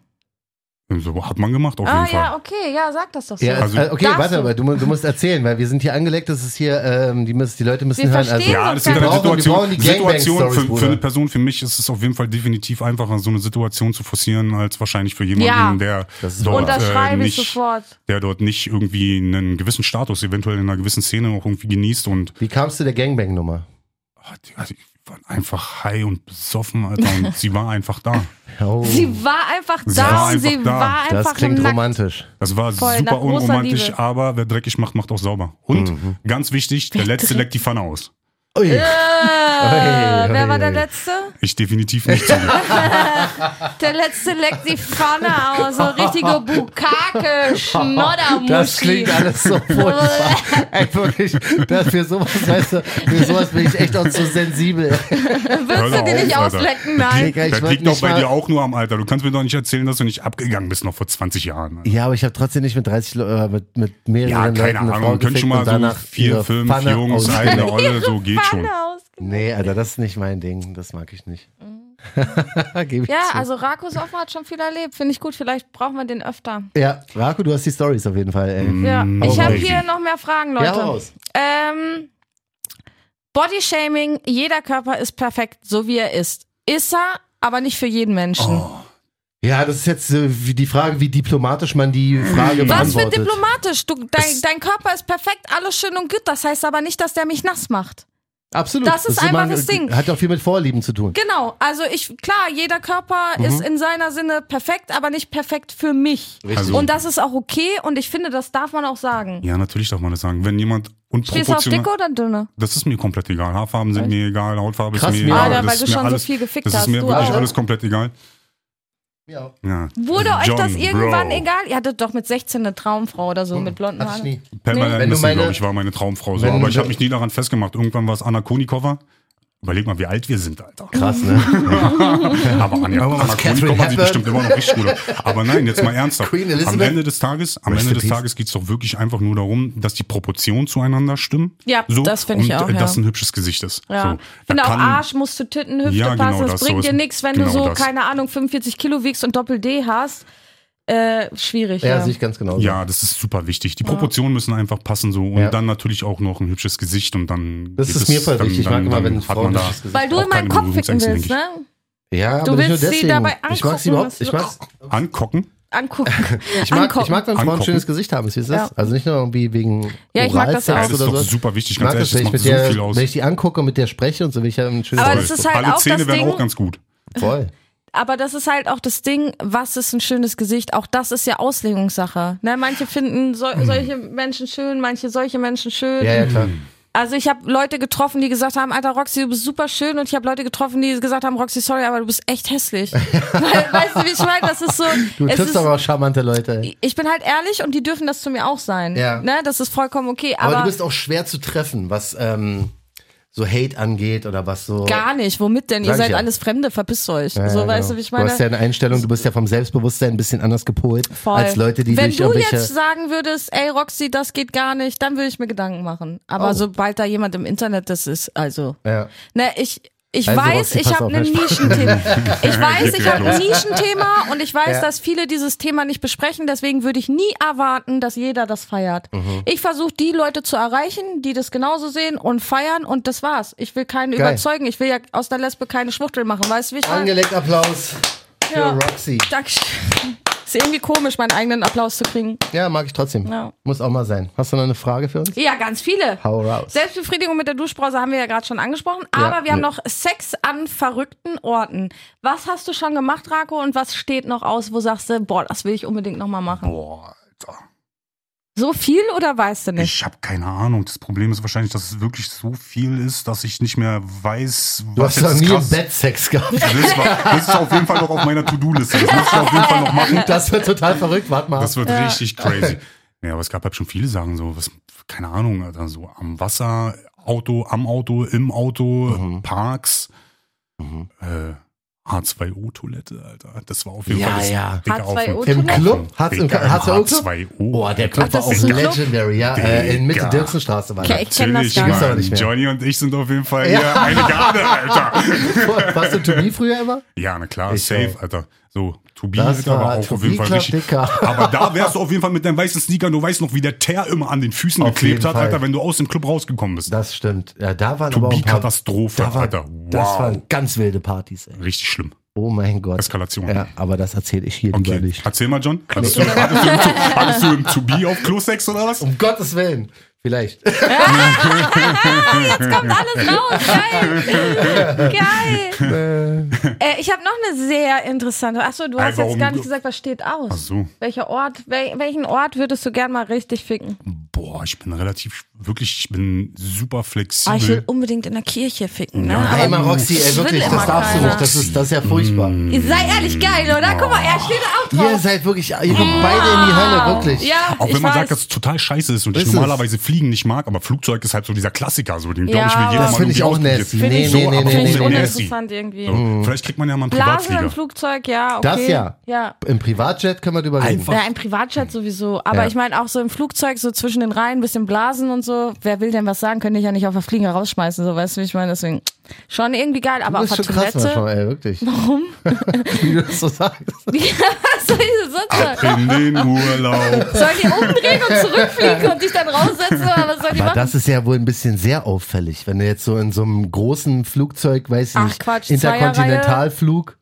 S4: so hat man gemacht auf
S2: ah,
S4: jeden
S2: ja,
S4: Fall.
S2: okay, ja, sag das doch so.
S3: Ja,
S4: Also-
S3: äh, okay,
S2: Darfst
S3: warte,
S2: du?
S3: aber du, mu- du musst erzählen, weil wir sind hier angelegt, das ist hier, ähm, die, müssen, die Leute müssen
S2: Wir
S3: hören.
S2: verstehen uns.
S3: also,
S4: Ja, das
S2: Wir
S4: sind dann
S3: brauchen- wir brauchen
S4: Situationen.
S3: die
S4: Situation
S3: Gangbang-Stories,
S4: für, für eine
S3: Bruder.
S4: Person, für mich ist es auf jeden Fall definitiv einfacher, so eine Situation zu forcieren, als wahrscheinlich für jemanden,
S2: Ja.
S4: der
S3: Das ist
S4: dort, äh,
S2: Unterschreibe ich
S4: nicht,
S2: sofort.
S4: der dort nicht irgendwie einen gewissen Status, eventuell in einer gewissen Szene auch irgendwie genießt und
S3: Wie kamst du der Gangbang-Nummer?
S4: ah, die, also, die waren einfach high und besoffen, Alter, und sie war einfach da.
S3: Oh,
S2: Sie war einfach da
S4: Sie war
S2: und sie
S4: einfach da.
S2: war einfach
S3: das klingt
S2: nackt.
S3: romantisch.
S4: Das war
S2: Voll, nach
S4: super
S2: großer
S4: unromantisch,
S2: Liebe.
S4: aber wer dreckig macht, macht auch sauber. Und
S3: Mhm.
S4: ganz wichtig, der Letzte leckt die Pfanne aus.
S3: Ui.
S2: Äh,
S3: Ui,
S2: wer
S3: ui,
S2: war der
S3: ui.
S2: Letzte?
S4: Ich definitiv nicht. zu.
S2: Der Letzte leckt die Pfanne aus. So richtige Bukake, Schnoddermuschi. Also,
S3: Das klingt alles so furchtbar. Ey, wirklich, das für sowas, weißt du, für sowas bin ich echt auch zu sensibel.
S4: Hör
S2: Willst du
S4: doch
S2: die
S4: auf,
S2: nicht
S4: Alter.
S2: auslecken?
S4: Das
S2: Nein.
S4: liegt-
S3: Digga, ich
S4: Das
S3: wollt
S4: liegt doch
S3: nicht
S4: bei
S3: mal-
S4: dir auch nur am Alter. Du kannst mir doch nicht erzählen, dass du nicht abgegangen bist noch vor 20 Jahren. Alter.
S3: Ja, aber ich habe trotzdem nicht mit 30 Leu- äh, mit, mit mehreren
S4: Ja,
S3: Leuten
S4: keine
S3: eine Frau
S4: Ahnung. Können
S3: gefickt
S4: schon
S3: und
S4: mal so
S3: danach
S4: vier,
S3: ihre
S4: fünf
S3: Pfanne aus-
S4: Jungs, eine Olle, so geht schon.
S2: Pfanne aus.
S3: Nee, Alter, das ist nicht mein Ding. Das mag ich nicht. Gebe ich
S2: Ja,
S3: zu.
S2: also Rakus Offenbar hat schon viel erlebt. Finde ich gut. Vielleicht brauchen wir den öfter.
S3: ja, Rako, du hast die Stories auf jeden Fall. Ey.
S2: Ja,
S4: Mm,
S2: ich habe
S4: crazy.
S2: hier noch mehr Fragen,
S3: Ja,
S2: Leute.
S3: hau raus.
S2: ähm, Bodyshaming, jeder Körper ist perfekt, so wie er ist. Ist er, aber nicht für jeden Menschen.
S4: Oh,
S3: Ja, das ist jetzt äh, wie die Frage, wie diplomatisch man die
S2: Was
S3: Frage
S2: für
S3: beantwortet.
S2: diplomatisch. Du, dein,
S4: Es-
S2: dein Körper ist perfekt, alles schön und gut. Das heißt aber nicht, dass der mich nass macht.
S3: Absolut.
S2: Das ist einfach das Ding.
S3: Hat auch viel mit Vorlieben zu tun.
S2: Genau, also ich, klar, jeder Körper
S4: Mhm.
S2: ist in seiner Sinne perfekt, aber nicht perfekt für mich.
S4: Also-
S2: Und das ist auch okay und ich finde, das darf man auch sagen.
S4: Ja, natürlich darf man das sagen. Wenn jemand
S2: Stehst du auf
S4: unproportional.
S2: dicke oder dünne?
S4: Das ist mir komplett egal. Haarfarben sind mir egal, Hautfarbe
S3: Krass,
S4: ist mir
S3: mir
S4: egal.
S3: auch.
S2: Alter,
S4: das
S2: weil
S4: ist
S2: du
S4: mir
S2: schon so
S4: alles,
S2: viel gefickt
S4: Das ist
S2: hast,
S4: mir
S2: du
S4: wirklich
S2: auch.
S4: alles komplett egal.
S3: Ja.
S4: Ja.
S2: Wurde euch
S4: John,
S2: das irgendwann
S4: Bro. Hm,
S2: egal? Ihr hattet doch mit 16 eine Traumfrau oder so mit blonden
S3: Hatte ich
S2: Haaren.
S3: nie.
S4: Pamela
S2: Nee.
S3: Wenn du
S4: Anderson,
S3: meine-
S4: glaube ich, war meine Traumfrau. So.
S3: Wenn-
S4: Aber ich habe
S3: wenn-
S4: mich nie daran festgemacht. Irgendwann war es Anna Konikova. Überleg mal, wie alt wir sind, Alter.
S3: Krass, ne?
S4: Aber Anja,
S3: Aber was Catherine
S4: Anna Konikova sieht
S3: Hepburn-
S4: bestimmt immer noch richtig gut aus. Aber nein, jetzt mal ernsthaft.
S3: Queen
S4: am
S3: Elizabeth.
S4: Ende des Tages, am
S3: Rest
S4: Ende
S3: in
S4: des
S3: peace.
S4: Tages geht's doch wirklich einfach nur darum, dass die Proportionen zueinander stimmen.
S2: Ja,
S4: so,
S2: das find ich
S4: und,
S2: auch,
S4: äh, Dass
S2: ja.
S4: ein hübsches Gesicht ist.
S2: Ja.
S4: So,
S2: Ich
S4: da
S2: finde auch
S4: kann-
S2: Arsch muss zu Titten, Hüfte
S4: Ja, genau
S2: passen.
S4: das,
S2: Das bringt
S4: sowas-
S2: dir nichts, wenn du
S4: genau
S2: so,
S4: das.
S2: keine Ahnung, 45 Kilo wiegst und Doppel-D hast. Äh, schwierig.
S3: Ja,
S2: Ja,
S3: sehe ich ganz genau.
S4: Ja, das ist super wichtig. Die Proportionen müssen einfach passen so und
S3: Ja.
S4: dann natürlich auch noch ein hübsches Gesicht und dann
S3: Das
S4: geht
S3: ist
S4: es-
S3: mir voll
S4: dann,
S3: wichtig. Ich mag
S4: Dann,
S3: immer,
S4: dann
S3: wenn
S4: hat man
S3: Frauen
S4: da
S3: das Gesicht.
S2: Weil du
S4: Auch
S2: in meinen
S4: keine
S2: Kopf ficken
S4: Berührungsängste,
S2: willst,
S4: denke
S2: ne?
S3: Ja, aber
S2: Du
S3: nicht nur
S2: willst sie
S3: deswegen.
S2: dabei
S3: ich mag sie
S2: angucken,
S3: überhaupt.
S2: dass
S3: Ich
S2: du-
S3: mag,
S4: angucken.
S2: ne? Angucken.
S3: ich mag,
S2: Angucken.
S3: ich mag wenn Frauen
S4: Angucken.
S3: ein schönes Gesicht haben, ist wie es
S2: Ja.
S3: ist. Also nicht nur irgendwie wegen
S2: Ja, ich mag das
S3: Oralsex
S2: auch.
S4: Ja, das
S3: oder
S4: ist doch
S3: so.
S4: super wichtig,
S3: Ich
S4: ganz
S3: mag
S4: ehrlich,
S3: das,
S4: das
S3: wenn ich
S4: macht
S3: mit
S4: so
S3: der,
S4: viel aus.
S3: wenn ich die angucke und mit der spreche und so will ich ja ein schönes
S2: Aber
S4: Voll.
S2: das ist halt
S4: Alle
S2: auch
S4: Zähne
S2: das
S4: wären
S2: Ding-
S4: auch ganz gut.
S3: Voll.
S2: Aber das ist halt auch das Ding, was ist ein schönes Gesicht? Auch das ist ja Auslegungssache. Ne? Manche finden so, solche Menschen schön, manche solche Menschen schön.
S3: Hm. Ja, ja, klar.
S2: Also ich habe Leute getroffen, die gesagt haben, Alter Roxy, du bist super schön. Und ich habe Leute getroffen, die gesagt haben, Roxy, sorry, aber du bist echt hässlich. Weil, weißt du, wie ich meine? Das ist so.
S3: Du
S2: es
S3: triffst
S2: ist,
S3: aber auch charmante Leute. ey.
S2: ich bin halt ehrlich und die dürfen das zu mir auch sein.
S3: Ja.
S2: Ne? Das ist vollkommen okay.
S3: Aber,
S2: Aber,
S3: du bist auch schwer zu treffen, was ähm, so Hate angeht oder was so.
S2: gar nicht. Womit denn?
S3: Sag
S2: Ihr
S3: ich
S2: seid
S3: ja.
S2: alles Fremde, verpisst euch.
S3: Ja,
S2: so
S3: ja,
S2: weißt
S3: genau.
S2: du, wie ich meine?
S3: Du hast ja eine Einstellung, du bist ja vom Selbstbewusstsein ein bisschen anders gepolt
S2: Voll.
S3: als Leute, die
S2: Wenn
S3: durch
S2: du
S3: irgendwelche.
S2: jetzt sagen würdest, ey Roxy, das geht gar nicht, dann würde ich mir Gedanken machen. Aber
S3: Oh.
S2: sobald da jemand im Internet das ist, also.
S3: ja.
S2: Ne, ich. Ich
S3: Also,
S2: weiß,
S3: Roxy,
S2: ich
S3: pass
S2: habe
S3: auf,
S2: ein
S3: ne?
S2: Nischenthema. Ich weiß, ich habe ein Nischenthema und ich weiß,
S3: Ja.
S2: dass viele dieses Thema nicht besprechen. Deswegen würde ich nie erwarten, dass jeder das feiert.
S3: Mhm.
S2: Ich versuche, die Leute zu erreichen, die das genauso sehen und feiern und das war's. Ich will keinen
S3: Geil.
S2: überzeugen. Ich will ja aus der Lesbe keine Schwuchtel machen. Weißt du, wie ich meine?
S3: Angelegt Applaus für
S2: Ja.
S3: Roxy.
S2: Dankeschön. Ist irgendwie komisch, meinen eigenen Applaus zu kriegen.
S3: Ja, mag ich trotzdem.
S2: Ja.
S3: Muss auch mal sein. Hast du noch eine Frage für uns?
S2: Ja, ganz viele.
S3: Hau raus.
S2: Selbstbefriedigung mit der Duschbrause haben wir ja gerade schon angesprochen, aber wir haben
S3: ne.
S2: noch Sex an verrückten Orten. Was hast du schon gemacht, Rako, und was steht noch aus, wo sagst du, boah, das will ich unbedingt nochmal machen?
S4: Boah, Alter.
S2: So viel oder weißt du nicht?
S4: Ich habe keine Ahnung. Das Problem ist wahrscheinlich, dass es wirklich so viel ist, dass ich nicht mehr weiß,
S3: Du hast
S4: was
S3: noch
S4: jetzt
S3: nie
S4: krass
S3: im Bett Sex gehabt.
S4: Das, war, das ist auf jeden Fall noch auf meiner To-Do-Liste. Das muss ich auf jeden Fall noch machen.
S3: Das wird total verrückt. Warte mal.
S4: Das wird richtig crazy. Ja, aber es gab halt schon viele Sachen, so, was, keine Ahnung, Alter, so am Wasser, Auto, am Auto, im Auto,
S3: Mhm.
S4: Parks, äh, H2O-Toilette, Alter. Das war auf jeden
S3: Ja,
S4: Fall das
S3: ja.
S4: dicke auf dem-
S2: H2O
S3: Im
S2: Toilette?
S3: Club? Hat's im
S4: Digga,
S3: Hat's im Club?
S4: H2O.
S3: Boah, der Club
S2: Ach,
S3: war
S2: das
S3: auch
S2: ist ein Club?
S3: legendary, ja. Äh, in Mitte
S4: Digga.
S3: Dirksenstraße war
S2: Okay,
S3: das.
S2: ich kenne das
S4: Natürlich,
S2: gar nicht.
S3: Gibt's aber
S4: Mann.
S3: nicht mehr.
S4: Johnny und ich sind auf jeden Fall
S3: Ja.
S4: hier eine Garde, Alter.
S3: Warst du in Tobi früher immer?
S4: Ja, na klar,
S3: Ich
S4: safe,
S3: auch.
S4: Alter. So, Tobi,
S3: Das
S4: Alter, war,
S3: war
S4: auch auf
S3: Tobi
S4: jeden Fall
S3: Club,
S4: richtig.
S3: Dicker.
S4: Aber da wärst du auf jeden Fall mit deinen weißen Sneakern, du weißt noch, wie der Teer immer an den Füßen
S3: Auf
S4: geklebt
S3: jeden
S4: hat,
S3: Fall.
S4: Alter, wenn du aus dem Club rausgekommen bist.
S3: Das stimmt. Ja, da waren
S4: Tobi
S3: aber auch ein paar,
S4: Katastrophe,
S3: da war,
S4: Alter.
S3: Das
S4: Wow.
S3: waren ganz wilde Partys, ey.
S4: richtig schlimm.
S3: Oh mein Gott.
S4: Eskalation.
S3: Ja, aber das erzähle ich hier lieber
S4: Okay,
S3: nicht.
S4: erzähl mal, John. Hattest du, hattest du, im To- hattest du im Tobi auf Klosex oder was?
S3: Um Gottes Willen. Vielleicht.
S2: Jetzt kommt alles raus. Geil. Geil. Äh, ich habe noch eine sehr interessante. Achso, du hast
S4: Ey,
S2: jetzt
S4: warum
S2: gar nicht
S4: du-
S2: gesagt, was steht aus.
S4: Ach so.
S2: Welcher Ort, wel welchen Ort würdest du gern mal richtig ficken?
S4: Boah, ich bin relativ, wirklich, ich bin super
S2: Ah, ich will
S4: flexibel.
S2: unbedingt in der Kirche ficken, ne?
S4: Ja,
S2: Aber-
S3: Ey, mal Roxy, ey,
S2: Das will
S3: wirklich,
S2: immer
S3: das darfst du
S2: keiner. Mhm.
S3: nicht. Das ist, das ist ja furchtbar.
S2: Ihr seid ehrlich geil, oder? Guck mal, er steht da auch drauf.
S3: Ihr seid wirklich, ihr geht beide in die Hölle, wirklich.
S2: Ja,
S4: Auch
S2: ich
S4: wenn man
S2: weiß.
S4: sagt, dass es total scheiße ist und ich
S3: Ist es.
S4: normalerweise Fliegen nicht mag, aber Flugzeug ist halt so dieser Klassiker, so den
S2: Ja,
S4: glaube ich will jeder
S2: Das
S4: mal
S3: finde ich
S4: irgendwie
S3: auch
S4: ausprobieren.
S3: nasty. Nee,
S2: ich-
S3: nee, nee,
S2: Finde ich
S4: Absolut
S3: nee, nee.
S4: nasty.
S2: uninteressant irgendwie.
S4: So, Vielleicht kriegt man ja mal einen
S2: Blasen im
S4: Privatflieger.
S2: Flugzeug, ja, okay.
S3: Das ja.
S2: Ja.
S3: Im Privatjet können wir drüber reden.
S4: Einfach.
S2: Ja, im Privatjet sowieso. Aber
S3: Ja.
S2: ich meine auch so im Flugzeug, so zwischen den Reihen, bisschen Blasen und so. Wer will denn was sagen? Könnte ich ja nicht auf der Fliege rausschmeißen, so weißt du, wie ich meine? Deswegen schon irgendwie geil, aber
S3: Das
S2: auf
S3: ist
S2: der
S3: schon krass
S2: Toilette.
S3: manchmal, ey, wirklich. Warum? Wie du das so sagst.
S2: Was soll ich denn sonst sagen?
S4: In den Urlaub.
S2: Soll die umdrehen und zurückfliegen und dich dann raussetzen? Oder was soll die
S3: Aber
S2: machen?
S3: das ist ja wohl ein bisschen sehr auffällig, wenn du jetzt so in so einem großen Flugzeug, weiß ich
S2: Ach,
S3: nicht,
S2: Quatsch,
S3: Interkontinentalflug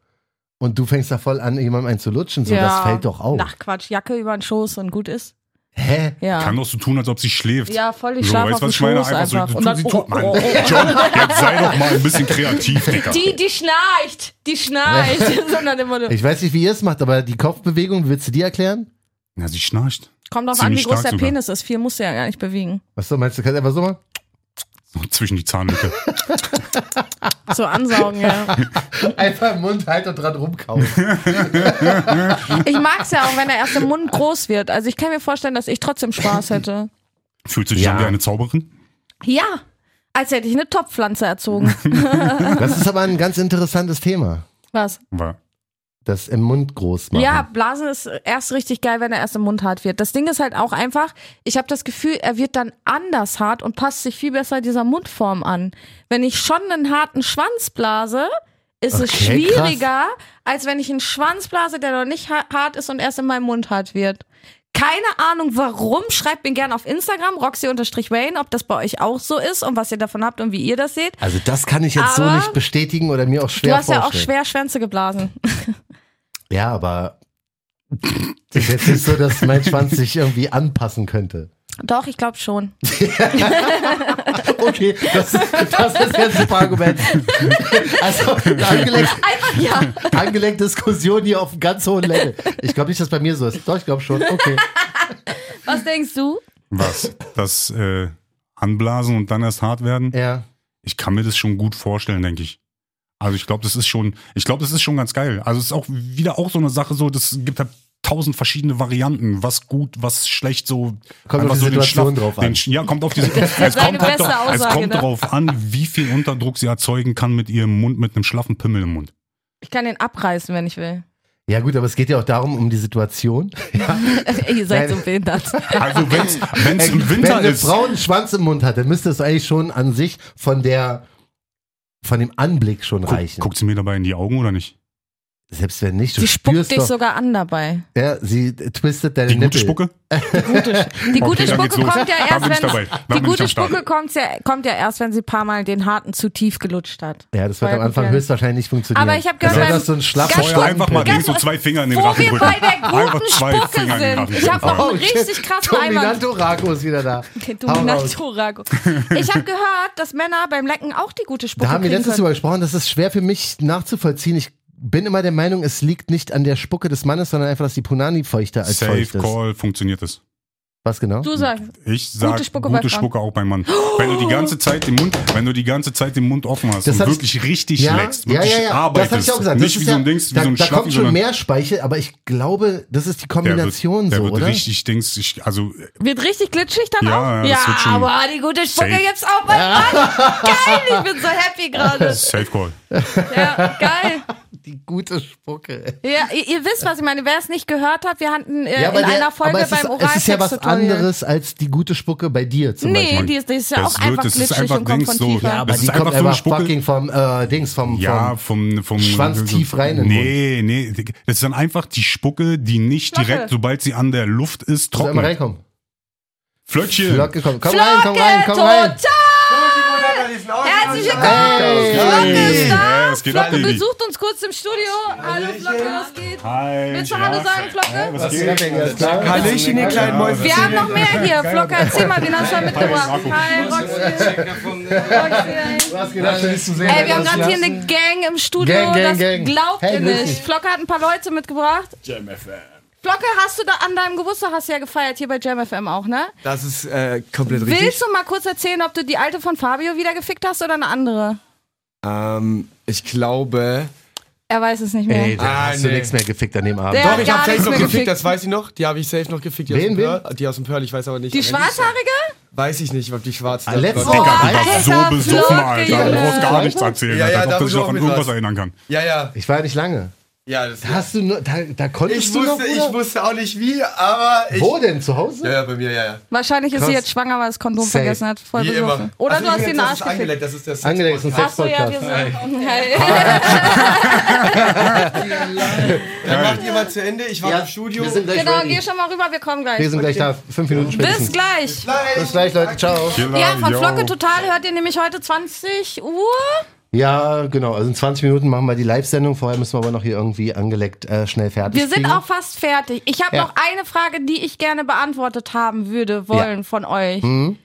S3: und du fängst da voll an, jemandem einen zu lutschen, so, das fällt doch auf.
S2: Ach Quatsch, Jacke über den Schoß und gut ist.
S3: Hä?
S2: Ja.
S4: Kann doch so tun, als ob sie schläft.
S2: Ja, voll, ich
S4: so,
S2: schlafe
S4: weißt
S2: auf
S4: du, was
S2: dem
S4: ich meine?
S2: Schoß
S4: Einfach, so,
S2: einfach.
S4: du,
S2: Und
S4: du,
S2: dann, oh,
S4: sie tut, Mann, John, jetzt sei doch mal ein bisschen kreativ, Digga.
S2: Die, die schnarcht, die schnarcht, sondern immer nur.
S3: Ich weiß nicht, wie ihr es macht, aber die Kopfbewegung, wie willst du die erklären?
S4: Na, sie schnarcht.
S2: Kommt drauf an, wie
S4: Ziemlich
S2: groß
S4: stark
S2: der
S4: sogar.
S2: Penis ist. Viel musst du ja gar nicht bewegen.
S3: Was so meinst du, kannst du einfach so machen?
S4: So zwischen die Zahnlücke.
S2: So ansaugen, ja.
S3: Einfach im Mund halt und dran rumkauen.
S2: Ich mag's ja auch, wenn der erste Mund groß wird. Also ich kann mir vorstellen, dass ich trotzdem Spaß hätte.
S4: Fühlst du dich
S3: Ja.
S4: dann wie eine Zauberin?
S2: Ja, als hätte ich eine Topfpflanze erzogen.
S3: Das ist aber ein ganz interessantes Thema.
S2: Was?
S4: War.
S3: Das im Mund groß machen.
S2: Ja, Blasen ist erst richtig geil, wenn er erst im Mund hart wird. Das Ding ist halt auch einfach, ich habe das Gefühl, er wird dann anders hart und passt sich viel besser dieser Mundform an. Wenn ich schon einen harten Schwanz blase, ist es
S3: Okay, krass.
S2: schwieriger, als wenn ich einen Schwanz blase, der noch nicht ha- hart ist und erst in meinem Mund hart wird. Keine Ahnung warum, schreibt mir gerne auf Instagram, roxy-wayne, ob das bei euch auch so ist und was ihr davon habt und wie ihr das seht.
S3: Also das kann ich jetzt so
S2: Aber-
S3: nicht bestätigen oder mir auch
S2: Du
S3: schwer
S2: hast ja auch
S3: vorstellen.
S2: schwer Schwänze geblasen.
S3: Ja, aber das ist jetzt nicht so, dass mein Schwanz sich irgendwie anpassen könnte.
S2: Doch, ich glaube schon.
S3: Okay, das, das ist jetzt ein Argument. Also eine angelenk,
S2: Einfach ja.
S3: angelenkte Diskussion hier auf einem ganz hohen Level. Ich glaube nicht, dass bei mir so ist. Doch, ich glaube schon. Okay.
S2: Was denkst du?
S4: Was? Das äh, Anblasen und dann erst hart werden?
S3: Ja.
S4: Ich kann mir das schon gut vorstellen, denke ich. Also ich glaube, das ist schon, ich glaube, das ist schon ganz geil. Also es ist auch wieder auch so eine Sache, so das gibt halt tausend verschiedene Varianten, was gut, was schlecht, so
S3: Kommt
S4: einfach
S3: auf die
S4: so
S3: Situation
S4: Schlaf-
S3: drauf an.
S4: Den, Sch- ja, kommt auf die es
S2: seine
S4: kommt, halt
S2: beste
S4: doch, es
S2: Aussage,
S4: kommt
S2: ne?
S4: drauf an, wie viel Unterdruck sie erzeugen kann mit ihrem Mund, mit einem schlaffen Pimmel im Mund.
S2: Ich kann den abreißen, wenn ich will.
S3: Ja gut, aber es geht ja auch darum, um die Situation.
S2: Ihr seid
S3: Nein.
S2: so behindert.
S4: Also wenn's wenn's im
S3: Wenn
S4: Winter
S3: eine
S4: ist,
S3: Frau einen Schwanz im Mund hat, dann müsste es eigentlich schon an sich von der von dem Anblick schon
S4: guck,
S3: reichen.
S4: guckt sie mir dabei in die Augen oder nicht?
S3: Selbst wenn nicht, du
S2: Sie spuckt
S3: spürst
S2: dich
S3: doch,
S2: sogar an dabei.
S3: ja, sie twistet deine
S4: Die gute
S3: Äh, Nippel.
S4: Spucke?
S2: Die gute
S4: dann
S2: Spucke
S4: geht's los.
S2: kommt ja
S4: Da bin ich
S2: erst,
S4: dabei.
S2: wenn
S4: Da
S2: die
S4: bin ich
S2: gute
S4: am Start.
S2: Spucke kommt ja, kommt ja erst, wenn sie ein paar Mal den harten zu tief gelutscht hat.
S3: Ja, das wird am Anfang höchstwahrscheinlich nicht funktionieren.
S2: Aber ich hab gehört,
S3: Besonders
S2: beim-
S3: so ein schlaffer
S2: Ganz
S4: Vorher
S2: kurz,
S4: einfach mal
S2: ganz
S4: links so
S2: kurz,
S4: zwei Finger in den
S2: Wo wir
S4: Rachenrücken.
S2: bei der
S4: Einfach
S2: guten
S4: zwei
S2: Spucke
S4: Finger in den
S2: sind.
S4: Rachen
S2: Ich habe
S4: drücken.
S3: Oh,
S2: noch einen richtig krassen Einwand.
S3: Dominanto Rako ist wieder da. Hau raus.
S2: Dominato Rago. Ich habe gehört, dass Männer beim Lecken auch die gute Spucke
S3: Da haben wir
S2: kriegen
S3: letztes
S2: können.
S3: drüber gesprochen, das ist schwer für mich nachzuvollziehen. Ich bin immer der Meinung, es liegt nicht an der Spucke des Mannes, sondern einfach, dass die Punani feuchter als
S4: Safe
S3: feucht ist.
S4: Call funktioniert es.
S3: Was genau?
S2: Du sagst,
S4: Ich sag
S2: Gute
S4: gute
S2: Spucke
S4: Spucke,
S2: bei Frauen.
S4: auch beim Mann. Wenn du die ganze Zeit den Mund, wenn du die ganze Zeit den Mund offen hast
S3: Das
S4: und
S3: hab ich-
S4: wirklich richtig
S3: ja,
S4: leckst,
S3: ja,
S4: wirklich
S3: ja, ja. Das
S4: arbeitest,
S3: habe ich auch gesagt. das
S4: nicht wie
S3: ist
S4: so
S3: ja,
S4: ein Dings, wie
S3: da,
S4: so ein
S3: da kommt
S4: Schlaffi,
S3: schon
S4: sondern
S3: mehr Speichel, aber ich glaube, das ist die
S4: der
S3: Kombination
S4: wird, der
S3: so,
S4: wird
S3: oder?
S4: richtig Dings, ich, also
S2: wird richtig glitschig dann
S4: Ja,
S2: auch?
S4: ja, das wird schon
S2: aber die gute Spucke
S4: safe.
S2: gibt's auch beim Mann. Geil, ich bin so happy gerade.
S4: äh, Safe Call.
S2: Ja, geil.
S3: Die gute Spucke.
S2: Ja, ihr, ihr wisst, was ich meine. Wer es nicht gehört hat, wir hatten äh, in
S3: aber der-
S2: einer Folge
S3: aber es
S2: beim
S3: ist, Es ist ja was
S2: Oralsex-Tutorial.
S3: anderes als die gute Spucke bei dir zum
S2: Nee,
S3: Beispiel.
S2: die ist, die ist ja
S4: Das
S2: auch
S4: wird-
S2: einfach
S4: das ist
S2: glitschig
S4: einfach
S2: und
S4: Dings so.
S2: konfrontierbar.
S4: Ja,
S3: Aber
S4: Das
S3: die
S4: ist
S3: kommt
S4: einfach so eine
S3: einfach
S4: Spucke-
S3: fucking vom äh, Dings, vom,
S4: Ja,
S3: vom
S4: vom, vom
S3: Schwanz tief rein in den
S4: Nee, nee, das ist dann einfach die Spucke, die nicht
S2: Flocke.
S4: direkt, sobald sie an der Luft ist,
S3: Soll mal
S4: trocknet.
S3: reinkommen.
S4: Flöckchen.
S3: Flocke, komm, komm rein, komm rein, komm rein.
S2: Herzlich
S3: Hey.
S2: willkommen!
S4: Hey,
S2: Flocke
S4: es
S2: ist da!
S4: geht ab,
S2: Flocke
S4: Baby.
S2: besucht uns kurz im Studio. Hallo Flocke, was geht?
S4: Hi.
S2: Willst du Hallo sagen,
S4: Ja,
S2: Flocke?
S4: was geht?
S5: Hallöchen, ihr kleinen Mäuse.
S2: Wir haben noch mehr hier. Flocke, erzähl mal, wen hast du heute mitgebracht?
S4: Marco.
S2: Hi, Roxy. Roxy. Ey, Äh, wir haben gerade hier eine Gang im Studio.
S3: Gang, Gang,
S2: Das
S3: Gang.
S2: glaubt
S3: Hey,
S2: ihr
S3: grüß
S2: nicht.
S3: dich.
S2: Flocke hat ein paar Leute mitgebracht. Flocke, hast du da an deinem Geburtstag hast du ja gefeiert hier bei Jam FM auch, ne?
S5: Das ist äh, komplett richtig.
S2: Willst du mal kurz erzählen, ob du die alte von Fabio wieder gefickt hast oder eine andere?
S5: Ähm, ich glaube.
S2: Er weiß es nicht mehr.
S3: Ey, da
S5: Ah,
S3: hast du
S5: nee.
S3: nichts mehr gefickt an dem Abend.
S2: Der-
S5: Doch, ich
S2: gar
S5: habe safe
S2: nichts
S5: noch
S2: mehr
S5: gefickt,
S2: gefickt.
S5: das weiß ich noch. Die habe ich safe noch gefickt. Die, aus
S3: Wen,
S5: dem
S3: wen?
S5: Pearl, die aus dem Pearl, ich weiß aber nicht.
S2: die
S5: aber
S2: schwarzhaarige?
S5: Weiß ich nicht, ob die schwarze.
S3: Ah, letztes
S5: Gott.
S3: Mal.
S4: Digga, du warst
S2: Alter,
S4: so besoffen,
S2: Flocke,
S4: Alter. Du
S2: Junge.
S4: brauchst gar nichts erzählen,
S5: Ja,
S4: Alter.
S5: ja,
S4: Als
S5: da
S4: ob du
S5: muss
S4: dich
S5: ich
S4: noch
S5: auch
S4: an
S5: mit
S4: irgendwas
S5: was.
S4: erinnern kann.
S5: Ja, ja.
S3: Ich war ja nicht lange.
S5: ja das
S3: Da Hast du nur, da, da konntest
S5: ich,
S3: du noch,
S5: wusste, ich
S3: oder?
S5: wusste auch nicht wie, aber ich.
S3: Wo denn? Zu Hause?
S5: Ja, ja, bei mir, ja, ja.
S2: Wahrscheinlich ist sie
S3: Krass.
S2: jetzt schwanger, weil das Kondom
S3: Safe. Also
S2: vergessen hat. Voll
S5: Wie immer. Also,
S2: besoffen. Oder
S5: Ach so,
S2: du hast
S5: übrigens,
S2: den
S5: das
S2: Arsch
S5: ist
S2: gefickt.
S5: angelenkt, das ist der Sex-
S3: Angelegt ist ein
S2: Achso, ja, wir
S3: Sex-Podcast.
S2: sind.
S3: Ah,
S2: Hey.
S5: Dann macht ihr mal zu Ende, ich war
S3: Ja,
S5: im Studio.
S3: Wir sind gleich
S2: Genau,
S3: ready.
S2: geh schon mal rüber, wir kommen
S3: Wir
S2: gleich.
S3: sind gleich da. Fünf Minuten
S2: Bis
S3: spätestens.
S2: gleich.
S5: Nein.
S3: Bis gleich, Leute. Ciao.
S2: Ja, von
S4: Yo.
S2: Flocke Total hört ihr nämlich heute 20 Uhr.
S3: Ja, genau. Also in 20 Minuten machen wir die Live-Sendung. Vorher müssen wir aber noch hier irgendwie angeleckt äh, schnell fertig
S2: Wir sind
S3: kriegen.
S2: auch fast fertig. Ich habe
S3: Ja.
S2: noch eine Frage, die ich gerne beantwortet haben würde, wollen von euch.
S3: Hm?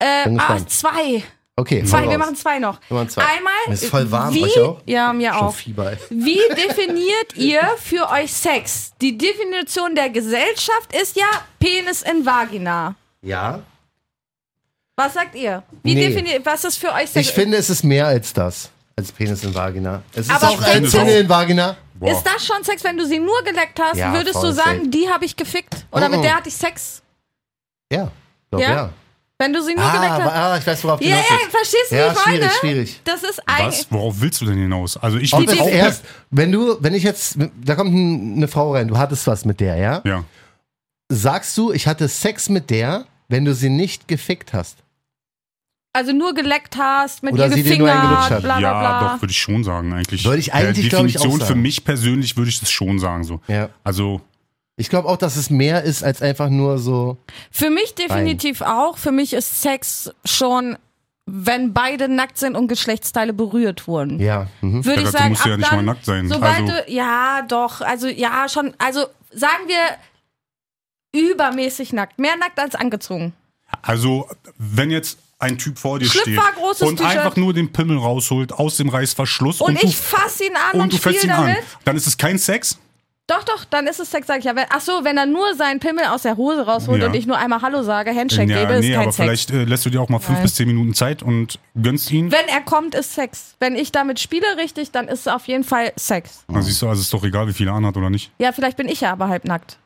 S2: Äh,
S3: Bin
S2: ah,
S3: gespannt.
S2: zwei.
S3: Okay,
S2: Zwei,
S3: hau
S2: wir
S3: raus.
S2: machen zwei noch.
S3: Wir machen zwei.
S2: Einmal. äh,
S3: Mir ist voll warm,
S2: wie,
S3: euch auch?
S2: Ja, mir
S3: Schon
S2: auch.
S3: Fieber. ey.
S2: Wie definiert ihr für euch Sex? Die Definition der Gesellschaft ist ja Penis in Vagina.
S3: Ja.
S2: Was sagt ihr? Wie
S3: Nee.
S2: definiert, was ist für euch Sex?
S3: Ich finde, es ist mehr als das. Als Penis in Vagina. Es ist
S2: Aber
S3: auch als
S4: Sex-
S3: Sinne in Vagina.
S4: Boah.
S2: Ist das schon Sex, wenn du sie nur geleckt hast?
S3: Ja,
S2: würdest
S3: voll
S2: du sagen,
S3: safe.
S2: die habe ich gefickt? Oder
S3: Mhm.
S2: mit der hatte ich Sex?
S3: Ja. Glaub,
S2: Ja?
S3: ja.
S2: Wenn du sie nur
S3: Ah,
S2: geleckt hast?
S3: aber, ah, ich weiß, worauf du
S2: Ja,
S3: hinaus
S2: ja,
S3: willst.
S2: verstehst du, wie
S3: Ja,
S2: ich meine?
S3: schwierig, schwierig.
S2: Das ist
S4: Was?
S2: eigentlich.
S4: Worauf willst du denn hinaus? Also ich
S3: Ob es
S4: auch-
S3: erst, wenn du, wenn ich jetzt, da kommt ein, eine Frau rein, du hattest was mit der, ja?
S4: Ja.
S3: Sagst du, ich hatte Sex mit der, wenn du sie nicht gefickt hast?
S2: Also nur geleckt hast, mit
S3: Oder
S2: ihr
S3: sie dir nur
S2: gefingert,
S3: eingelutscht
S2: bla
S3: hat.
S2: bla
S4: Ja,
S2: bla.
S4: doch, würde ich schon sagen, eigentlich.
S3: Würde ich
S4: Der
S3: eigentlich, glaub ich, auch
S4: Definition für
S3: sagen.
S4: mich persönlich würde ich das schon sagen, so.
S3: Ja.
S4: Also,
S3: Ich glaube auch, dass es mehr ist als einfach nur so.
S2: Für mich definitiv auch. Für mich ist Sex schon, wenn beide nackt sind und Geschlechtsteile berührt wurden.
S3: Ja. Mhm.
S2: Würde
S4: Ja,
S2: ich
S4: du
S2: sagen,
S4: musst
S2: ab
S4: ja nicht
S2: dann,
S4: mal nackt sein.
S2: Sobald
S4: Also-
S2: du, ja, doch, also ja, schon, also sagen wir übermäßig nackt. Mehr nackt als angezogen.
S4: also, wenn jetzt ein Typ vor dir steht
S2: Schlüpfer, großes
S4: und
S2: T-Shirt.
S4: einfach nur den Pimmel rausholt aus dem Reißverschluss
S2: Und,
S4: und,
S2: ich fass ihn an
S4: du,
S2: und,
S4: und du
S2: spiel
S4: fällst ihn
S2: damit.
S4: an, dann ist es kein Sex.
S2: Doch, doch, dann ist es Sex, sag ich ja. Wenn, ach so, wenn er nur seinen Pimmel aus der Hose rausholt
S4: Ja.
S2: und ich nur einmal Hallo sage, Handshake gebe, ist kein
S4: aber
S2: Sex.
S4: vielleicht äh, lässt du dir auch mal fünf
S2: Nein.
S4: bis zehn Minuten Zeit und gönnst ihn.
S2: Wenn er kommt, ist Sex. Wenn ich damit spiele richtig, dann ist es auf jeden Fall Sex.
S4: Dann siehst du, also es ist doch egal, wie viel er anhat oder nicht.
S2: Ja, vielleicht bin ich ja aber halbnackt.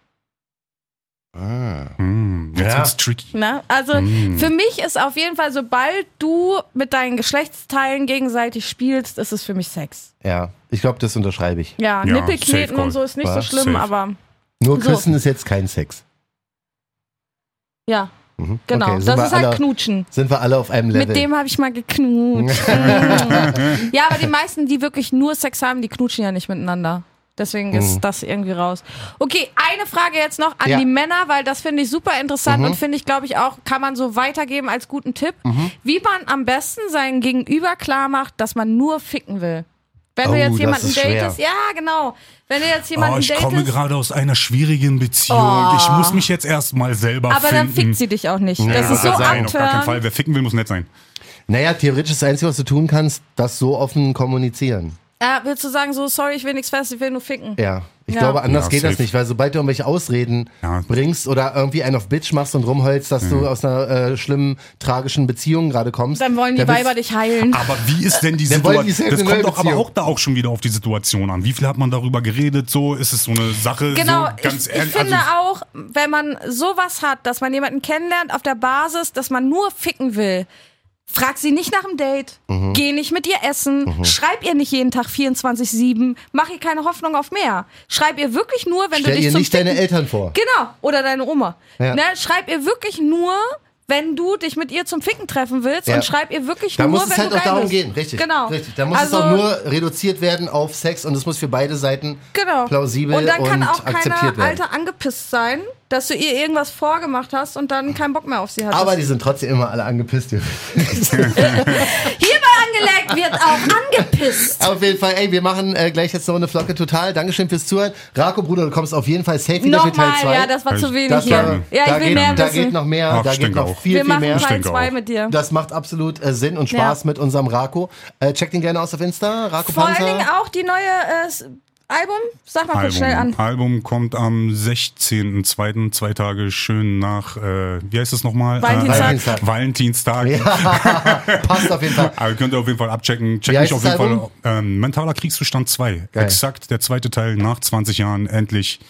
S4: Hm, jetzt
S3: Ja.
S4: wird's tricky.
S2: Ne? Also
S4: Hm.
S2: für mich ist auf jeden Fall, sobald du mit deinen Geschlechtsteilen gegenseitig spielst, ist es für mich Sex.
S3: Ja. Ich glaube, das unterschreibe ich.
S2: Ja,
S4: Ja, safe
S2: Nippelkneten
S4: call.
S2: und so ist nicht so
S3: Ja,
S2: schlimm,
S4: safe.
S2: aber
S3: Nur
S2: So.
S3: küssen ist jetzt kein Sex.
S2: ja,
S3: Mhm.
S2: genau.
S3: Okay, sind
S2: das
S3: wir
S2: ist halt
S3: alle-
S2: Knutschen.
S3: Sind wir alle auf einem Level?
S2: Mit dem habe ich mal geknutscht. ja, aber die meisten, die wirklich nur Sex haben, die knutschen ja nicht miteinander. Deswegen
S4: Mhm.
S2: ist das irgendwie raus. Okay, eine Frage jetzt noch an
S3: Ja.
S2: die Männer, weil das finde ich super
S4: Mhm.
S2: interessant und finde ich, glaube ich, auch, kann man so weitergeben als guten Tipp,
S4: Mhm.
S2: wie man am besten seinen Gegenüber klar macht, dass man nur ficken will. Wenn
S3: Oh,
S2: du jetzt
S3: das
S2: jemanden
S3: ist schwer.
S2: datest, ja, genau. Wenn du jetzt jemanden
S4: Oh, ich komme
S2: datest, Oh.
S4: gerade aus einer schwierigen Beziehung. Ich muss mich jetzt erstmal selber
S2: aber dann
S4: finden.
S2: fickt sie dich auch nicht. das
S3: Ja,
S2: ist so
S3: kann
S4: Nein, auf gar keinen
S2: abtörend.
S4: Fall. Wer ficken will, muss nett sein.
S3: Naja, theoretisch das Einzige, was du tun kannst, das so offen kommunizieren.
S2: Äh, willst du sagen, so, sorry, ich will nichts fest, ich will nur ficken.
S3: Ja. Ich
S2: Ja.
S3: glaube, anders
S4: Ja,
S3: geht das
S4: safe.
S3: nicht, weil sobald du irgendwelche Ausreden
S4: Ja. Mhm.
S3: bringst oder irgendwie einen auf Bitch machst und rumheulst, dass du aus einer äh, schlimmen, tragischen Beziehung gerade kommst.
S2: Dann wollen die
S3: bist-
S2: Weiber dich heilen.
S4: Aber wie ist denn die
S3: Dann wollen
S4: Situation?
S3: die selbst
S4: Das
S3: eine
S4: kommt
S3: neue
S4: doch aber
S3: Beziehung.
S4: auch da auch schon wieder auf die Situation an. Wie viel hat man darüber geredet? So ist es so eine Sache.
S2: Genau,
S4: so, ganz
S2: ich,
S4: ehrlich.
S2: ich finde
S4: also,
S2: auch, wenn man sowas hat, dass man jemanden kennenlernt auf der Basis, dass man nur ficken will, frag sie nicht nach dem Date,
S3: Mhm.
S2: geh nicht mit ihr essen, schreib ihr nicht jeden Tag 24-7, mach ihr keine Hoffnung auf mehr. Schreib ihr wirklich nur, wenn
S3: Stell
S2: du dich
S3: dir
S2: zum
S3: nicht
S2: Ficken
S3: deine Eltern vor.
S2: Genau, oder deine Oma.
S3: Ja.
S2: Ne, schreib ihr wirklich nur, wenn du dich mit ihr zum Ficken treffen willst
S3: Ja.
S2: und schreib ihr wirklich
S3: Da
S2: nur,
S3: muss
S2: wenn
S3: es halt
S2: du
S3: auch
S2: geil
S3: darum
S2: bist.
S3: gehen, richtig.
S2: Genau.
S3: Richtig. Da muss
S2: also,
S3: es auch nur reduziert werden auf Sex und es muss für beide Seiten
S2: Genau.
S3: plausibel
S2: und dann kann auch
S3: akzeptiert
S2: keiner
S3: werden.
S2: alter angepisst sein, dass du ihr irgendwas vorgemacht hast und dann keinen Bock mehr auf sie hattest.
S3: Aber die sind trotzdem immer alle angepisst. hier.
S2: Hierbei angelegt wird auch angepisst.
S3: auf jeden Fall, ey, wir machen äh, gleich jetzt noch eine Flocke total. Dankeschön fürs Zuhören. Rako, Bruder, du kommst auf jeden Fall safe wieder für Teil
S2: Nochmal,
S3: 2.
S2: ja, das war
S4: Also,
S2: zu wenig.
S3: Das
S2: Ja,
S3: war-
S2: ja
S3: da
S2: ich will
S3: geht,
S2: mehr
S3: Da
S2: wissen.
S3: geht noch mehr,
S4: Ach,
S3: da
S4: ich
S3: geht
S4: denke
S3: noch
S4: auch.
S3: viel,
S2: Wir
S3: viel
S2: machen
S3: mehr.
S2: Teil
S4: denke
S2: 2
S4: auch.
S2: mit dir.
S3: Das macht absolut äh, Sinn und Spaß
S2: Ja.
S3: mit unserem Rako. Äh, checkt ihn gerne aus auf Insta, Rako
S2: Vor allen
S3: Panzer.
S2: Dingen auch die neue äh, S- Album. Sag mal kurz schnell an.
S4: Album. Album kommt am 16.02. zwei Tage schön nach, äh, wie heißt es nochmal?
S2: Valentinstag.
S4: Äh, Valentinstag. Ja.
S3: Passt auf jeden Fall.
S4: Aber könnt ihr auf jeden Fall abchecken.
S3: Wie
S4: Check
S3: heißt
S4: mich auf jeden
S3: das Album?
S4: Fall. Ähm, Mentaler Kriegszustand 2.
S3: Geil.
S4: Exakt der zweite Teil nach 20 Jahren. Endlich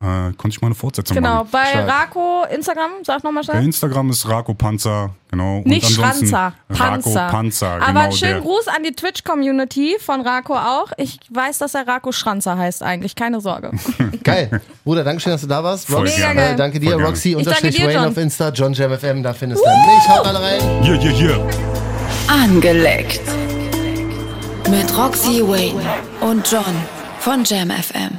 S4: äh, konnte ich mal eine Fortsetzung
S2: Genau,
S4: machen.
S2: bei
S3: Stark.
S2: Rako, Instagram, sag nochmal
S4: Bei
S2: schnell.
S4: Instagram ist Rako Panzer, genau.
S2: Nicht
S4: und ansonsten
S2: Schranzer,
S4: Rako
S2: Panzer.
S4: Panzer, genau.
S2: Aber einen schönen
S4: der.
S2: Gruß an die Twitch-Community von Rako auch. Ich weiß, dass er Rako Schranzer heißt eigentlich, keine Sorge.
S3: Geil. Bruder, danke schön, dass du da warst.
S4: Voll
S3: Roxy,
S2: gerne.
S3: äh, danke dir.
S4: Voll gerne.
S3: Roxy
S2: Ich danke
S3: unterstrich
S2: dir,
S3: Wayne
S2: John.
S3: auf Insta, JohnJamFM, da findest du mich. Haut alle rein.
S4: Hier, hier, hier.
S1: Angeleckt. Mit Roxy Wayne und John von Jam FM.